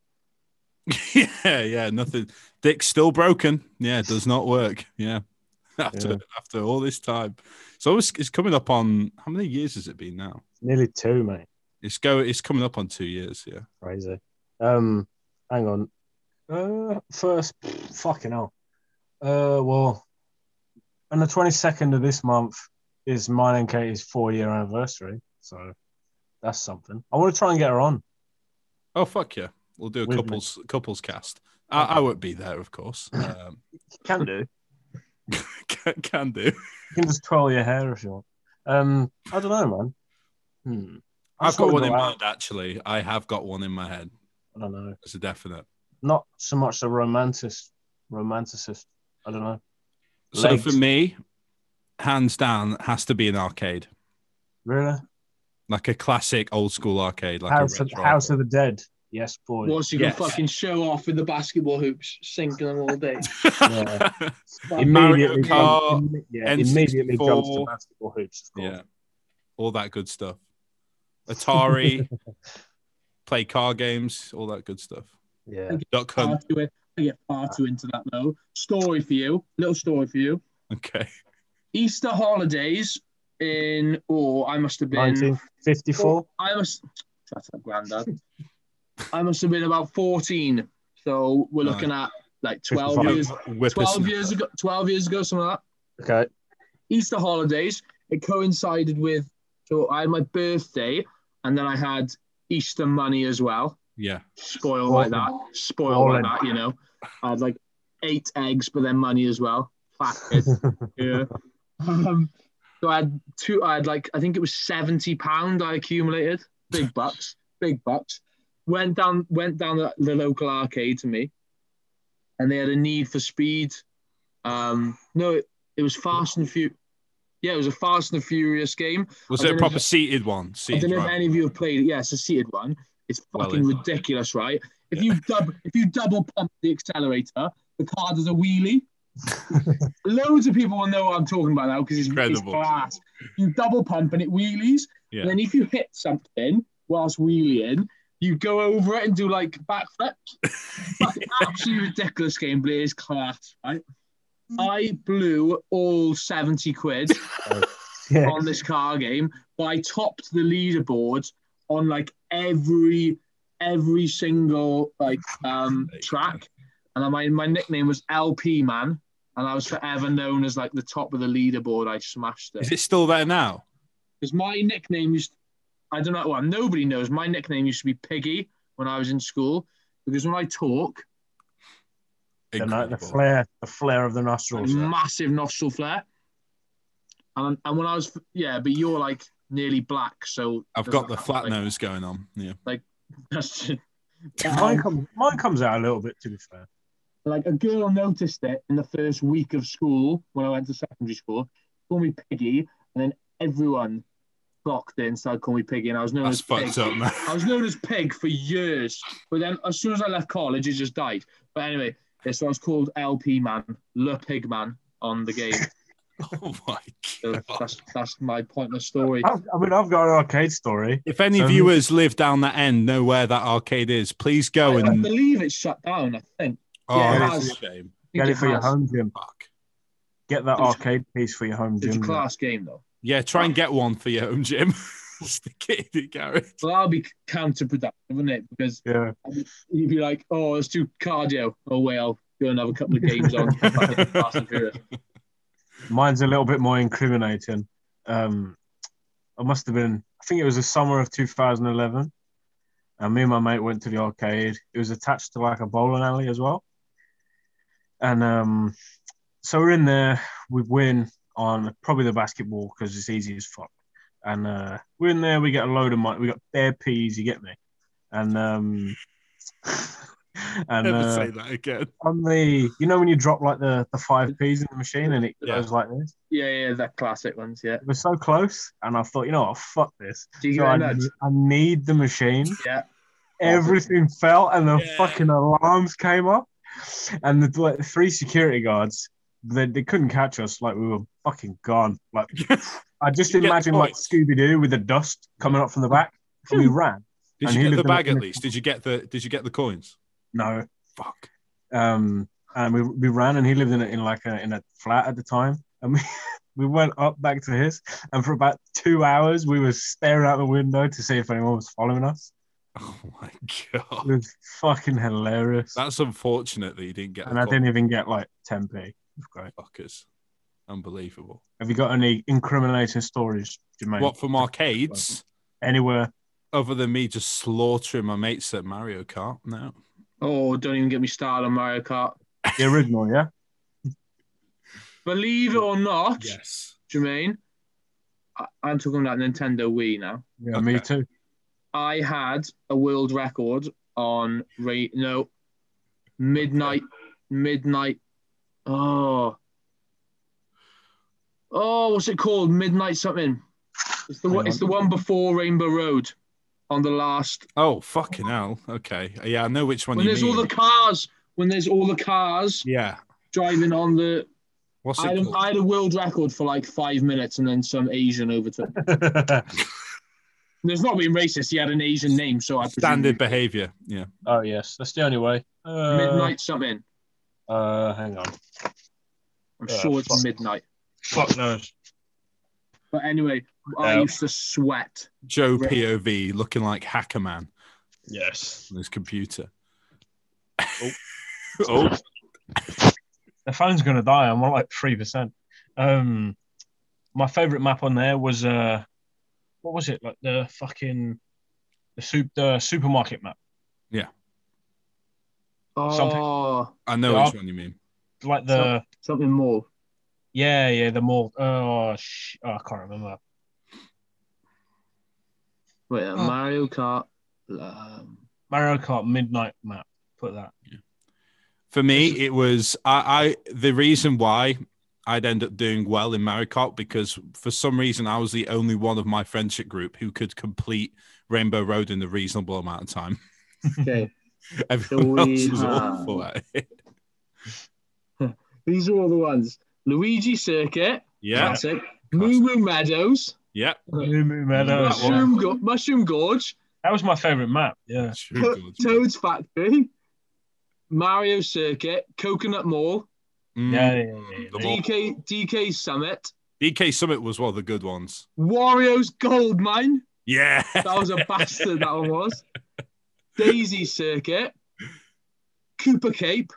[SPEAKER 1] yeah, yeah, nothing. Dick's still broken. Yeah, it does not work. Yeah. After
[SPEAKER 3] Yeah.
[SPEAKER 1] after all this time. So it's, it's coming up on how many years has it been now?
[SPEAKER 3] Nearly two, mate.
[SPEAKER 1] It's go it's coming up on two years, yeah.
[SPEAKER 3] Crazy. Um, hang on. Uh, first, fucking hell. Uh, well, on the twenty second of this month is mine and Katie's four year anniversary, so that's something. I want to try and get her on.
[SPEAKER 1] Oh fuck yeah. We'll do a
[SPEAKER 3] With me.
[SPEAKER 1] couples couples cast. I, I won't be there, of course. Um,
[SPEAKER 3] Can do.
[SPEAKER 1] can, can do.
[SPEAKER 3] You can just twirl your hair if you want. Um, I don't know, man. Hmm. I
[SPEAKER 1] I've
[SPEAKER 3] just wanna
[SPEAKER 1] got one
[SPEAKER 3] go
[SPEAKER 1] in
[SPEAKER 3] out.
[SPEAKER 1] mind actually. I have got one in my head.
[SPEAKER 3] I don't know.
[SPEAKER 1] It's a definite.
[SPEAKER 3] Not so much the romantic, romanticist. I don't know.
[SPEAKER 1] So
[SPEAKER 3] Legs.
[SPEAKER 1] for me, hands down, it has to be an arcade.
[SPEAKER 3] Really?
[SPEAKER 1] Like a classic old school arcade, like
[SPEAKER 3] House
[SPEAKER 1] a
[SPEAKER 3] of,
[SPEAKER 1] retro
[SPEAKER 3] House of the Dead. Yes, boy.
[SPEAKER 2] Once you can
[SPEAKER 1] Yes.
[SPEAKER 2] fucking show off with the basketball hoops, sinking them all day.
[SPEAKER 1] arcade. Mario
[SPEAKER 3] immediately
[SPEAKER 1] Kart,
[SPEAKER 3] jumps, imme-
[SPEAKER 1] N64.
[SPEAKER 3] yeah, immediately jumps to basketball hoops. Of course.
[SPEAKER 1] Yeah. All that good stuff. Atari, play car games, all that good stuff.
[SPEAKER 3] Yeah.
[SPEAKER 1] Duck
[SPEAKER 2] far
[SPEAKER 1] Hunt.
[SPEAKER 2] too in- I get far too into that though. Story for you, little story for you.
[SPEAKER 1] Okay.
[SPEAKER 2] Easter holidays in oh, I must have been
[SPEAKER 3] 1954.
[SPEAKER 2] I must shut up, granddad. I must have been about fourteen. So we're
[SPEAKER 1] Right.
[SPEAKER 2] looking at like twelve
[SPEAKER 3] Fifty-five.
[SPEAKER 2] years twelve
[SPEAKER 1] Whippersnapper.
[SPEAKER 2] years ago twelve years ago, something like
[SPEAKER 3] Okay.
[SPEAKER 2] that. Easter holidays. It coincided with so I had my birthday and then I had Easter money as well.
[SPEAKER 1] Yeah.
[SPEAKER 2] Spoil like that. Spoil like
[SPEAKER 3] Rolling.
[SPEAKER 2] that, you know. I had like eight eggs, but then money as well. Fat kid. yeah. Um, so I had two. I had like I think it was seventy pound I accumulated. Big bucks. Big bucks. Went down. Went down the, the local arcade to me, and they had a Need for Speed. Um, no, it, it was Fast and Furious. Yeah, it was a Fast and Furious game.
[SPEAKER 1] Was it
[SPEAKER 2] I
[SPEAKER 1] a
[SPEAKER 2] don't know
[SPEAKER 1] proper
[SPEAKER 2] if-
[SPEAKER 1] seated one?
[SPEAKER 2] I
[SPEAKER 1] Seated
[SPEAKER 2] don't know if
[SPEAKER 1] driver?
[SPEAKER 2] any of you have played it. Yeah, it's a seated one. It's
[SPEAKER 1] Well,
[SPEAKER 2] fucking
[SPEAKER 1] it's-
[SPEAKER 2] ridiculous, right? If you double, if you double pump the accelerator, the car does a wheelie. Loads of people will know what I'm talking about now because it's, it's
[SPEAKER 1] Incredible.
[SPEAKER 2] class. You double pump and it wheelies.
[SPEAKER 1] Yeah.
[SPEAKER 2] And then if you hit something whilst wheeling, you go over it and do like backflips. Fucking absolutely ridiculous game, but it is class, right? I blew all 70 quid
[SPEAKER 3] Yeah.
[SPEAKER 2] on this car game, but I topped the leaderboard on like every every single like um
[SPEAKER 1] sake.
[SPEAKER 2] track. And my my nickname was LP man, and I was forever known as like the top of the leaderboard. I smashed
[SPEAKER 1] Is
[SPEAKER 2] it
[SPEAKER 1] it still there now?
[SPEAKER 2] because my nickname used I don't know well nobody knows my nickname used to be Piggy when I was in school because when I talk
[SPEAKER 3] The, no- the
[SPEAKER 1] Incredible.
[SPEAKER 3] flare, the flare of the
[SPEAKER 2] I had
[SPEAKER 3] nostrils.
[SPEAKER 2] massive nostril flare, and and when I was yeah, but you're like nearly black, so
[SPEAKER 1] I've
[SPEAKER 2] doesn't
[SPEAKER 1] got the
[SPEAKER 2] have,
[SPEAKER 1] flat
[SPEAKER 2] like,
[SPEAKER 1] nose going on. Yeah.
[SPEAKER 2] That's
[SPEAKER 3] Mine comes, mine comes out a little bit. To be fair,
[SPEAKER 2] Like a girl noticed it in the first week of school when I went to secondary school, called me Piggy, and then everyone blocked it and started calling me Piggy, and I was known
[SPEAKER 1] That's
[SPEAKER 2] as Pig.
[SPEAKER 1] fucked up, man.
[SPEAKER 2] I was known as Pig for years, but then as soon as I left college, it just died. But anyway, yeah, so I was called LP Man, Le Pig Man on the game.
[SPEAKER 1] Oh my
[SPEAKER 2] So
[SPEAKER 1] god.
[SPEAKER 2] that's that's my pointless story.
[SPEAKER 3] I've, I mean, I've got an arcade story.
[SPEAKER 1] If any
[SPEAKER 3] So-
[SPEAKER 1] viewers live down that end, know where that arcade is, please go
[SPEAKER 2] I
[SPEAKER 1] and.
[SPEAKER 2] believe it's shut down. I think.
[SPEAKER 1] Oh,
[SPEAKER 2] yeah,
[SPEAKER 1] that's
[SPEAKER 2] it
[SPEAKER 1] a shame.
[SPEAKER 2] I think
[SPEAKER 3] Get it for your
[SPEAKER 2] has.
[SPEAKER 3] home gym.
[SPEAKER 1] Fuck.
[SPEAKER 3] Get that arcade piece for your home
[SPEAKER 2] It's a
[SPEAKER 3] gym.
[SPEAKER 2] class game though.
[SPEAKER 1] Yeah, try and get one for your home gym. Stick it in the garage.
[SPEAKER 2] So that'll be counterproductive, wouldn't it? Because
[SPEAKER 3] Yeah.
[SPEAKER 2] you'd be like, "Oh, let's do cardio." Oh well, go and have a couple of games on. Fast and Furious.
[SPEAKER 3] Mine's a little bit more incriminating. Um, I must have been, I think it was the summer of 2011. And me and my mate went to the arcade. It was attached to like a bowling alley as well. And um, so we're in there. We win on probably the basketball because it's easy as fuck. And uh, we're in there. We get a load of money. We got bare peas. You get me? And um, and
[SPEAKER 1] Never
[SPEAKER 3] uh,
[SPEAKER 1] say that again.
[SPEAKER 3] on the you know when you drop like the the five P's in the machine and it
[SPEAKER 1] Yeah.
[SPEAKER 3] goes like this.
[SPEAKER 2] Yeah, yeah, that classic ones. Yeah.
[SPEAKER 3] It was so close, and I thought, you know what, fuck this.
[SPEAKER 2] Do you
[SPEAKER 3] So
[SPEAKER 2] get a
[SPEAKER 3] I, I
[SPEAKER 2] nudge?
[SPEAKER 3] need the machine.
[SPEAKER 2] Yeah.
[SPEAKER 3] Everything fell, and the
[SPEAKER 1] Yeah.
[SPEAKER 3] fucking alarms came up, and the like, three security guards they, they couldn't catch us. Like we were fucking gone. Like I just
[SPEAKER 1] You get the
[SPEAKER 3] imagine like
[SPEAKER 1] points.
[SPEAKER 3] Scooby Doo with the dust coming up from the back, and we ran.
[SPEAKER 1] Did
[SPEAKER 3] And
[SPEAKER 1] you get the
[SPEAKER 3] he lived in a-
[SPEAKER 1] bag
[SPEAKER 3] in
[SPEAKER 1] at
[SPEAKER 3] a-
[SPEAKER 1] least? Did you get the Did you get the coins?
[SPEAKER 3] No,
[SPEAKER 1] Fuck.
[SPEAKER 3] um, and we, we ran and he lived in a, in like a in a flat at the time and we, we went up back to his and for about two hours we were staring out the window to see if anyone was following us
[SPEAKER 1] Oh my
[SPEAKER 3] it
[SPEAKER 1] god.
[SPEAKER 3] was fucking hilarious
[SPEAKER 1] That's unfortunate that you didn't get.
[SPEAKER 3] and
[SPEAKER 1] the
[SPEAKER 3] I didn't even get like 10p It was great
[SPEAKER 1] Fuckers. Unbelievable.
[SPEAKER 3] have you got any incriminating stories Jermaine
[SPEAKER 1] What from arcades?
[SPEAKER 3] anywhere
[SPEAKER 1] Other than me just slaughtering my mates at Mario Kart? No.
[SPEAKER 2] Oh, don't even get me started on Mario Kart.
[SPEAKER 3] the original yeah
[SPEAKER 2] Believe it or not,
[SPEAKER 1] Yes.
[SPEAKER 2] Jermaine, I- I'm talking about Nintendo Wii now.
[SPEAKER 3] yeah me
[SPEAKER 1] Okay.
[SPEAKER 3] too
[SPEAKER 2] I had a world record on ra- no midnight midnight oh oh what's it called midnight something it's the one, it's the one before Rainbow Road on the last
[SPEAKER 1] Oh fucking hell. Okay. Yeah, I know which one
[SPEAKER 2] when
[SPEAKER 1] you
[SPEAKER 2] there's
[SPEAKER 1] mean.
[SPEAKER 2] all the cars when there's all the cars
[SPEAKER 1] yeah.
[SPEAKER 2] driving on the
[SPEAKER 1] What's
[SPEAKER 2] I
[SPEAKER 1] it
[SPEAKER 2] had, a,
[SPEAKER 1] called?
[SPEAKER 2] I had a world record for like five minutes and then some Asian overtook. There's not being racist. He had an Asian name, so I presume
[SPEAKER 1] Standard behavior. Yeah.
[SPEAKER 3] oh yes that's the only way uh,
[SPEAKER 2] midnight something.
[SPEAKER 3] uh hang on
[SPEAKER 2] I'm
[SPEAKER 3] uh,
[SPEAKER 2] sure it's
[SPEAKER 3] fuck.
[SPEAKER 2] midnight.
[SPEAKER 3] fuck knows
[SPEAKER 2] But anyway, I
[SPEAKER 3] Yeah.
[SPEAKER 1] Um,
[SPEAKER 2] used to sweat.
[SPEAKER 1] Joe
[SPEAKER 2] Right.
[SPEAKER 1] POV looking like Hacker Man
[SPEAKER 3] yes
[SPEAKER 1] on his computer.
[SPEAKER 3] Oh.
[SPEAKER 1] oh.
[SPEAKER 3] the phone's gonna die. I'm on like three percent. Um, my favorite map on there was uh, what was it like the fucking the soup the supermarket map,
[SPEAKER 2] Oh,
[SPEAKER 3] Something.
[SPEAKER 2] something,
[SPEAKER 1] I know
[SPEAKER 3] Yeah.
[SPEAKER 1] which one you mean.
[SPEAKER 3] like the
[SPEAKER 2] So- more.
[SPEAKER 3] yeah yeah the mall. Oh, sh- oh, I can't remember.
[SPEAKER 2] Wait, uh, Mario Kart. Um,
[SPEAKER 3] Mario Kart Midnight map. Put that.
[SPEAKER 1] For me, it was I, I the reason why I'd end up doing well in Mario Kart because for some reason I was the only one of my friendship group who could complete Rainbow Road in a reasonable amount of time.
[SPEAKER 2] okay,
[SPEAKER 1] Everyone
[SPEAKER 2] we
[SPEAKER 1] else was
[SPEAKER 2] have-
[SPEAKER 1] awful at it.
[SPEAKER 2] these are all the ones: Luigi Circuit,
[SPEAKER 1] Yeah,
[SPEAKER 2] classic, Moo Moo Meadows,
[SPEAKER 1] yeah.
[SPEAKER 3] Moo Moo Meadows,
[SPEAKER 1] that one.
[SPEAKER 2] Mushroom, Go- Mushroom Gorge,
[SPEAKER 3] That was my favorite map. Yeah.
[SPEAKER 1] Sure, good.
[SPEAKER 2] Toad's Factory, Mario Circuit, Coconut Mall,
[SPEAKER 1] Mm.
[SPEAKER 3] Yeah, yeah, yeah, yeah,
[SPEAKER 1] The
[SPEAKER 3] yeah.
[SPEAKER 1] mall.
[SPEAKER 2] DK DK Summit,
[SPEAKER 1] DK Summit was one of the good ones.
[SPEAKER 2] Wario's Gold Mine.
[SPEAKER 1] Yeah,
[SPEAKER 2] That was a bastard. That one was. Daisy Circuit, Cooper Cape.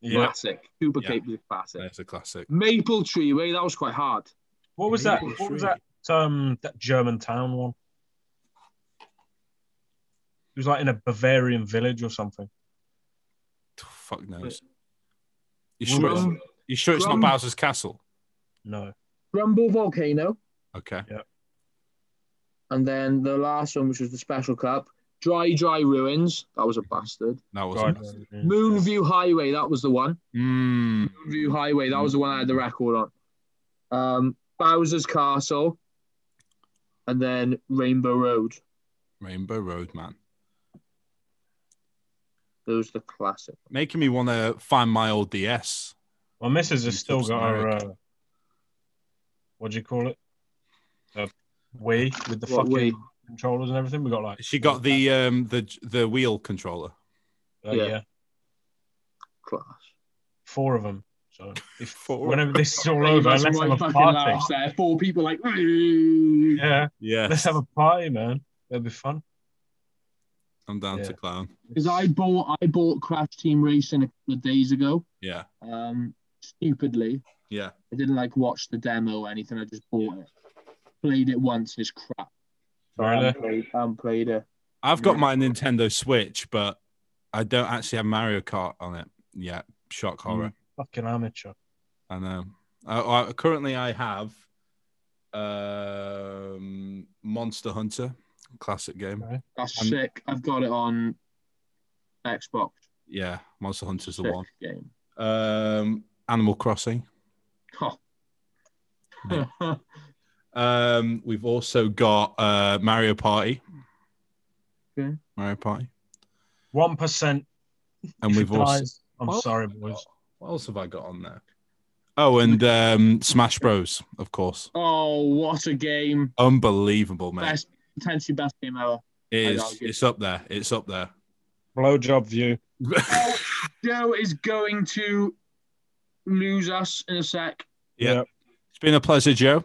[SPEAKER 1] yeah.
[SPEAKER 2] Classic. Cooper
[SPEAKER 1] Yeah.
[SPEAKER 2] Cape was a classic.
[SPEAKER 1] That's a classic.
[SPEAKER 2] Maple Tree Way, that was quite hard.
[SPEAKER 3] What was that?
[SPEAKER 1] Maple
[SPEAKER 3] What was
[SPEAKER 1] Tree.
[SPEAKER 3] that? Um, that German town one. It was like in a Bavarian village or something.
[SPEAKER 1] Fuck knows.
[SPEAKER 2] But-
[SPEAKER 1] You sure? It's,
[SPEAKER 2] Grum-
[SPEAKER 1] you sure it's not
[SPEAKER 2] Grum-
[SPEAKER 1] Bowser's Castle?
[SPEAKER 3] No.
[SPEAKER 2] Grumble Volcano.
[SPEAKER 1] Okay.
[SPEAKER 2] And then the last one, which was the Special Cup, Dry Dry Ruins. That was a bastard.
[SPEAKER 1] That
[SPEAKER 5] God,
[SPEAKER 1] was.
[SPEAKER 5] yeah.
[SPEAKER 2] Moonview Highway. That was the one.
[SPEAKER 1] Mm.
[SPEAKER 2] Moonview Highway. That was the one I had the record on. Um, Bowser's Castle, and then Rainbow Road.
[SPEAKER 1] Rainbow Road, man.
[SPEAKER 2] Those are the classic.
[SPEAKER 1] Making me want to find my old DS.
[SPEAKER 3] My missus
[SPEAKER 1] YouTube
[SPEAKER 3] has still got her. Uh, what do you call it? The Wii with the
[SPEAKER 2] What
[SPEAKER 3] fucking
[SPEAKER 2] Wii?
[SPEAKER 3] controllers and everything. We got like
[SPEAKER 1] She got the um the the wheel controller.
[SPEAKER 3] uh,
[SPEAKER 2] yeah.
[SPEAKER 3] yeah.
[SPEAKER 2] Class.
[SPEAKER 3] four of them. So if
[SPEAKER 1] Four.
[SPEAKER 3] whenever this is all over, let's have a party.
[SPEAKER 2] there. Four people like.
[SPEAKER 3] Yeah,
[SPEAKER 1] Yeah,
[SPEAKER 3] let's have a party, man. That'll be fun.
[SPEAKER 1] I'm down
[SPEAKER 3] Yeah.
[SPEAKER 1] to clown.
[SPEAKER 2] Because I bought I bought Crash Team Racing a couple of days ago.
[SPEAKER 1] Yeah,
[SPEAKER 2] Um, stupidly,
[SPEAKER 1] yeah.
[SPEAKER 2] I didn't like watch the demo or anything. I just bought it, played it once, and it's crap. So I
[SPEAKER 3] Really?
[SPEAKER 2] haven't played, I haven't played it.
[SPEAKER 1] I've got my Nintendo Switch, but I don't actually have Mario Kart on it yet. Shock horror.
[SPEAKER 3] Fucking amateur.
[SPEAKER 1] I know. I, I, currently, I have um, Monster Hunter, classic game.
[SPEAKER 2] That's
[SPEAKER 1] Um,
[SPEAKER 2] sick. I've got it on Xbox.
[SPEAKER 1] Yeah, Monster Hunter's the
[SPEAKER 2] Sick
[SPEAKER 1] one.
[SPEAKER 2] game.
[SPEAKER 1] Um, Animal Crossing.
[SPEAKER 2] Huh.
[SPEAKER 1] Um, we've also got uh, Mario Party.
[SPEAKER 2] Okay.
[SPEAKER 1] Mario Party,
[SPEAKER 3] One percent.
[SPEAKER 1] and we've also
[SPEAKER 3] I'm
[SPEAKER 1] What?
[SPEAKER 3] sorry, boys.
[SPEAKER 1] what else have I got on there? Oh, and um, Smash Bros, of course.
[SPEAKER 2] oh, what a game!
[SPEAKER 1] Unbelievable, man.
[SPEAKER 2] Best potentially best game ever.
[SPEAKER 1] It
[SPEAKER 2] I'll
[SPEAKER 1] is.
[SPEAKER 2] give-
[SPEAKER 1] It's up there. It's up there.
[SPEAKER 3] Blowjob view.
[SPEAKER 2] Oh, Joe is going to lose us in a sec.
[SPEAKER 1] Yeah. It's been a pleasure, Joe.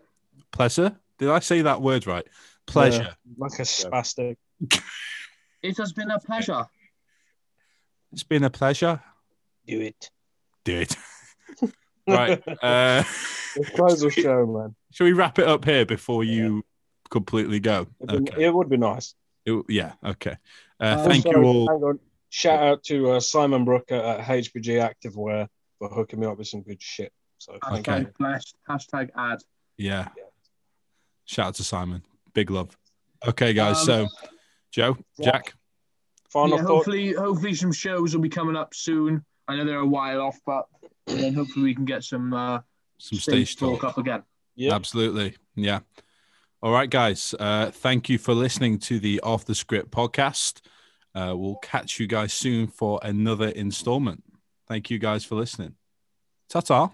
[SPEAKER 1] Pleasure. Did I say that word right? Pleasure.
[SPEAKER 3] Like a spastic.
[SPEAKER 2] It has been a pleasure.
[SPEAKER 1] It's been a pleasure.
[SPEAKER 3] Do it.
[SPEAKER 1] Do it. right. Uh,
[SPEAKER 3] Let's close the show, man.
[SPEAKER 1] shall we wrap it up here before you completely go?
[SPEAKER 3] It'd be-
[SPEAKER 1] Okay.
[SPEAKER 3] It would be nice.
[SPEAKER 1] It- yeah. Okay. Uh,
[SPEAKER 2] Uh,
[SPEAKER 1] thank
[SPEAKER 3] Also,
[SPEAKER 1] you all.
[SPEAKER 3] Hang on. Shout out to uh, Simon Brooker at HBG Activewear for hooking me up with some good shit. So thank
[SPEAKER 2] Hashtag blessed. Hashtag ad.
[SPEAKER 1] Yeah.
[SPEAKER 3] Yeah.
[SPEAKER 1] Shout out to Simon. Big love. Okay, guys.
[SPEAKER 2] Um,
[SPEAKER 1] so, Joe, Jack.
[SPEAKER 3] you. Final
[SPEAKER 2] yeah,
[SPEAKER 3] thought.
[SPEAKER 2] hopefully, hopefully some shows will be coming up soon. I know they're a while off, but then hopefully we can get some uh,
[SPEAKER 1] some stage talk.
[SPEAKER 2] up again.
[SPEAKER 3] Yeah.
[SPEAKER 1] Absolutely. Yeah. All right, guys. Uh, thank you for listening to the Off the Script podcast. Uh, we'll catch you guys soon for another installment. Thank you guys for listening. Ta ta.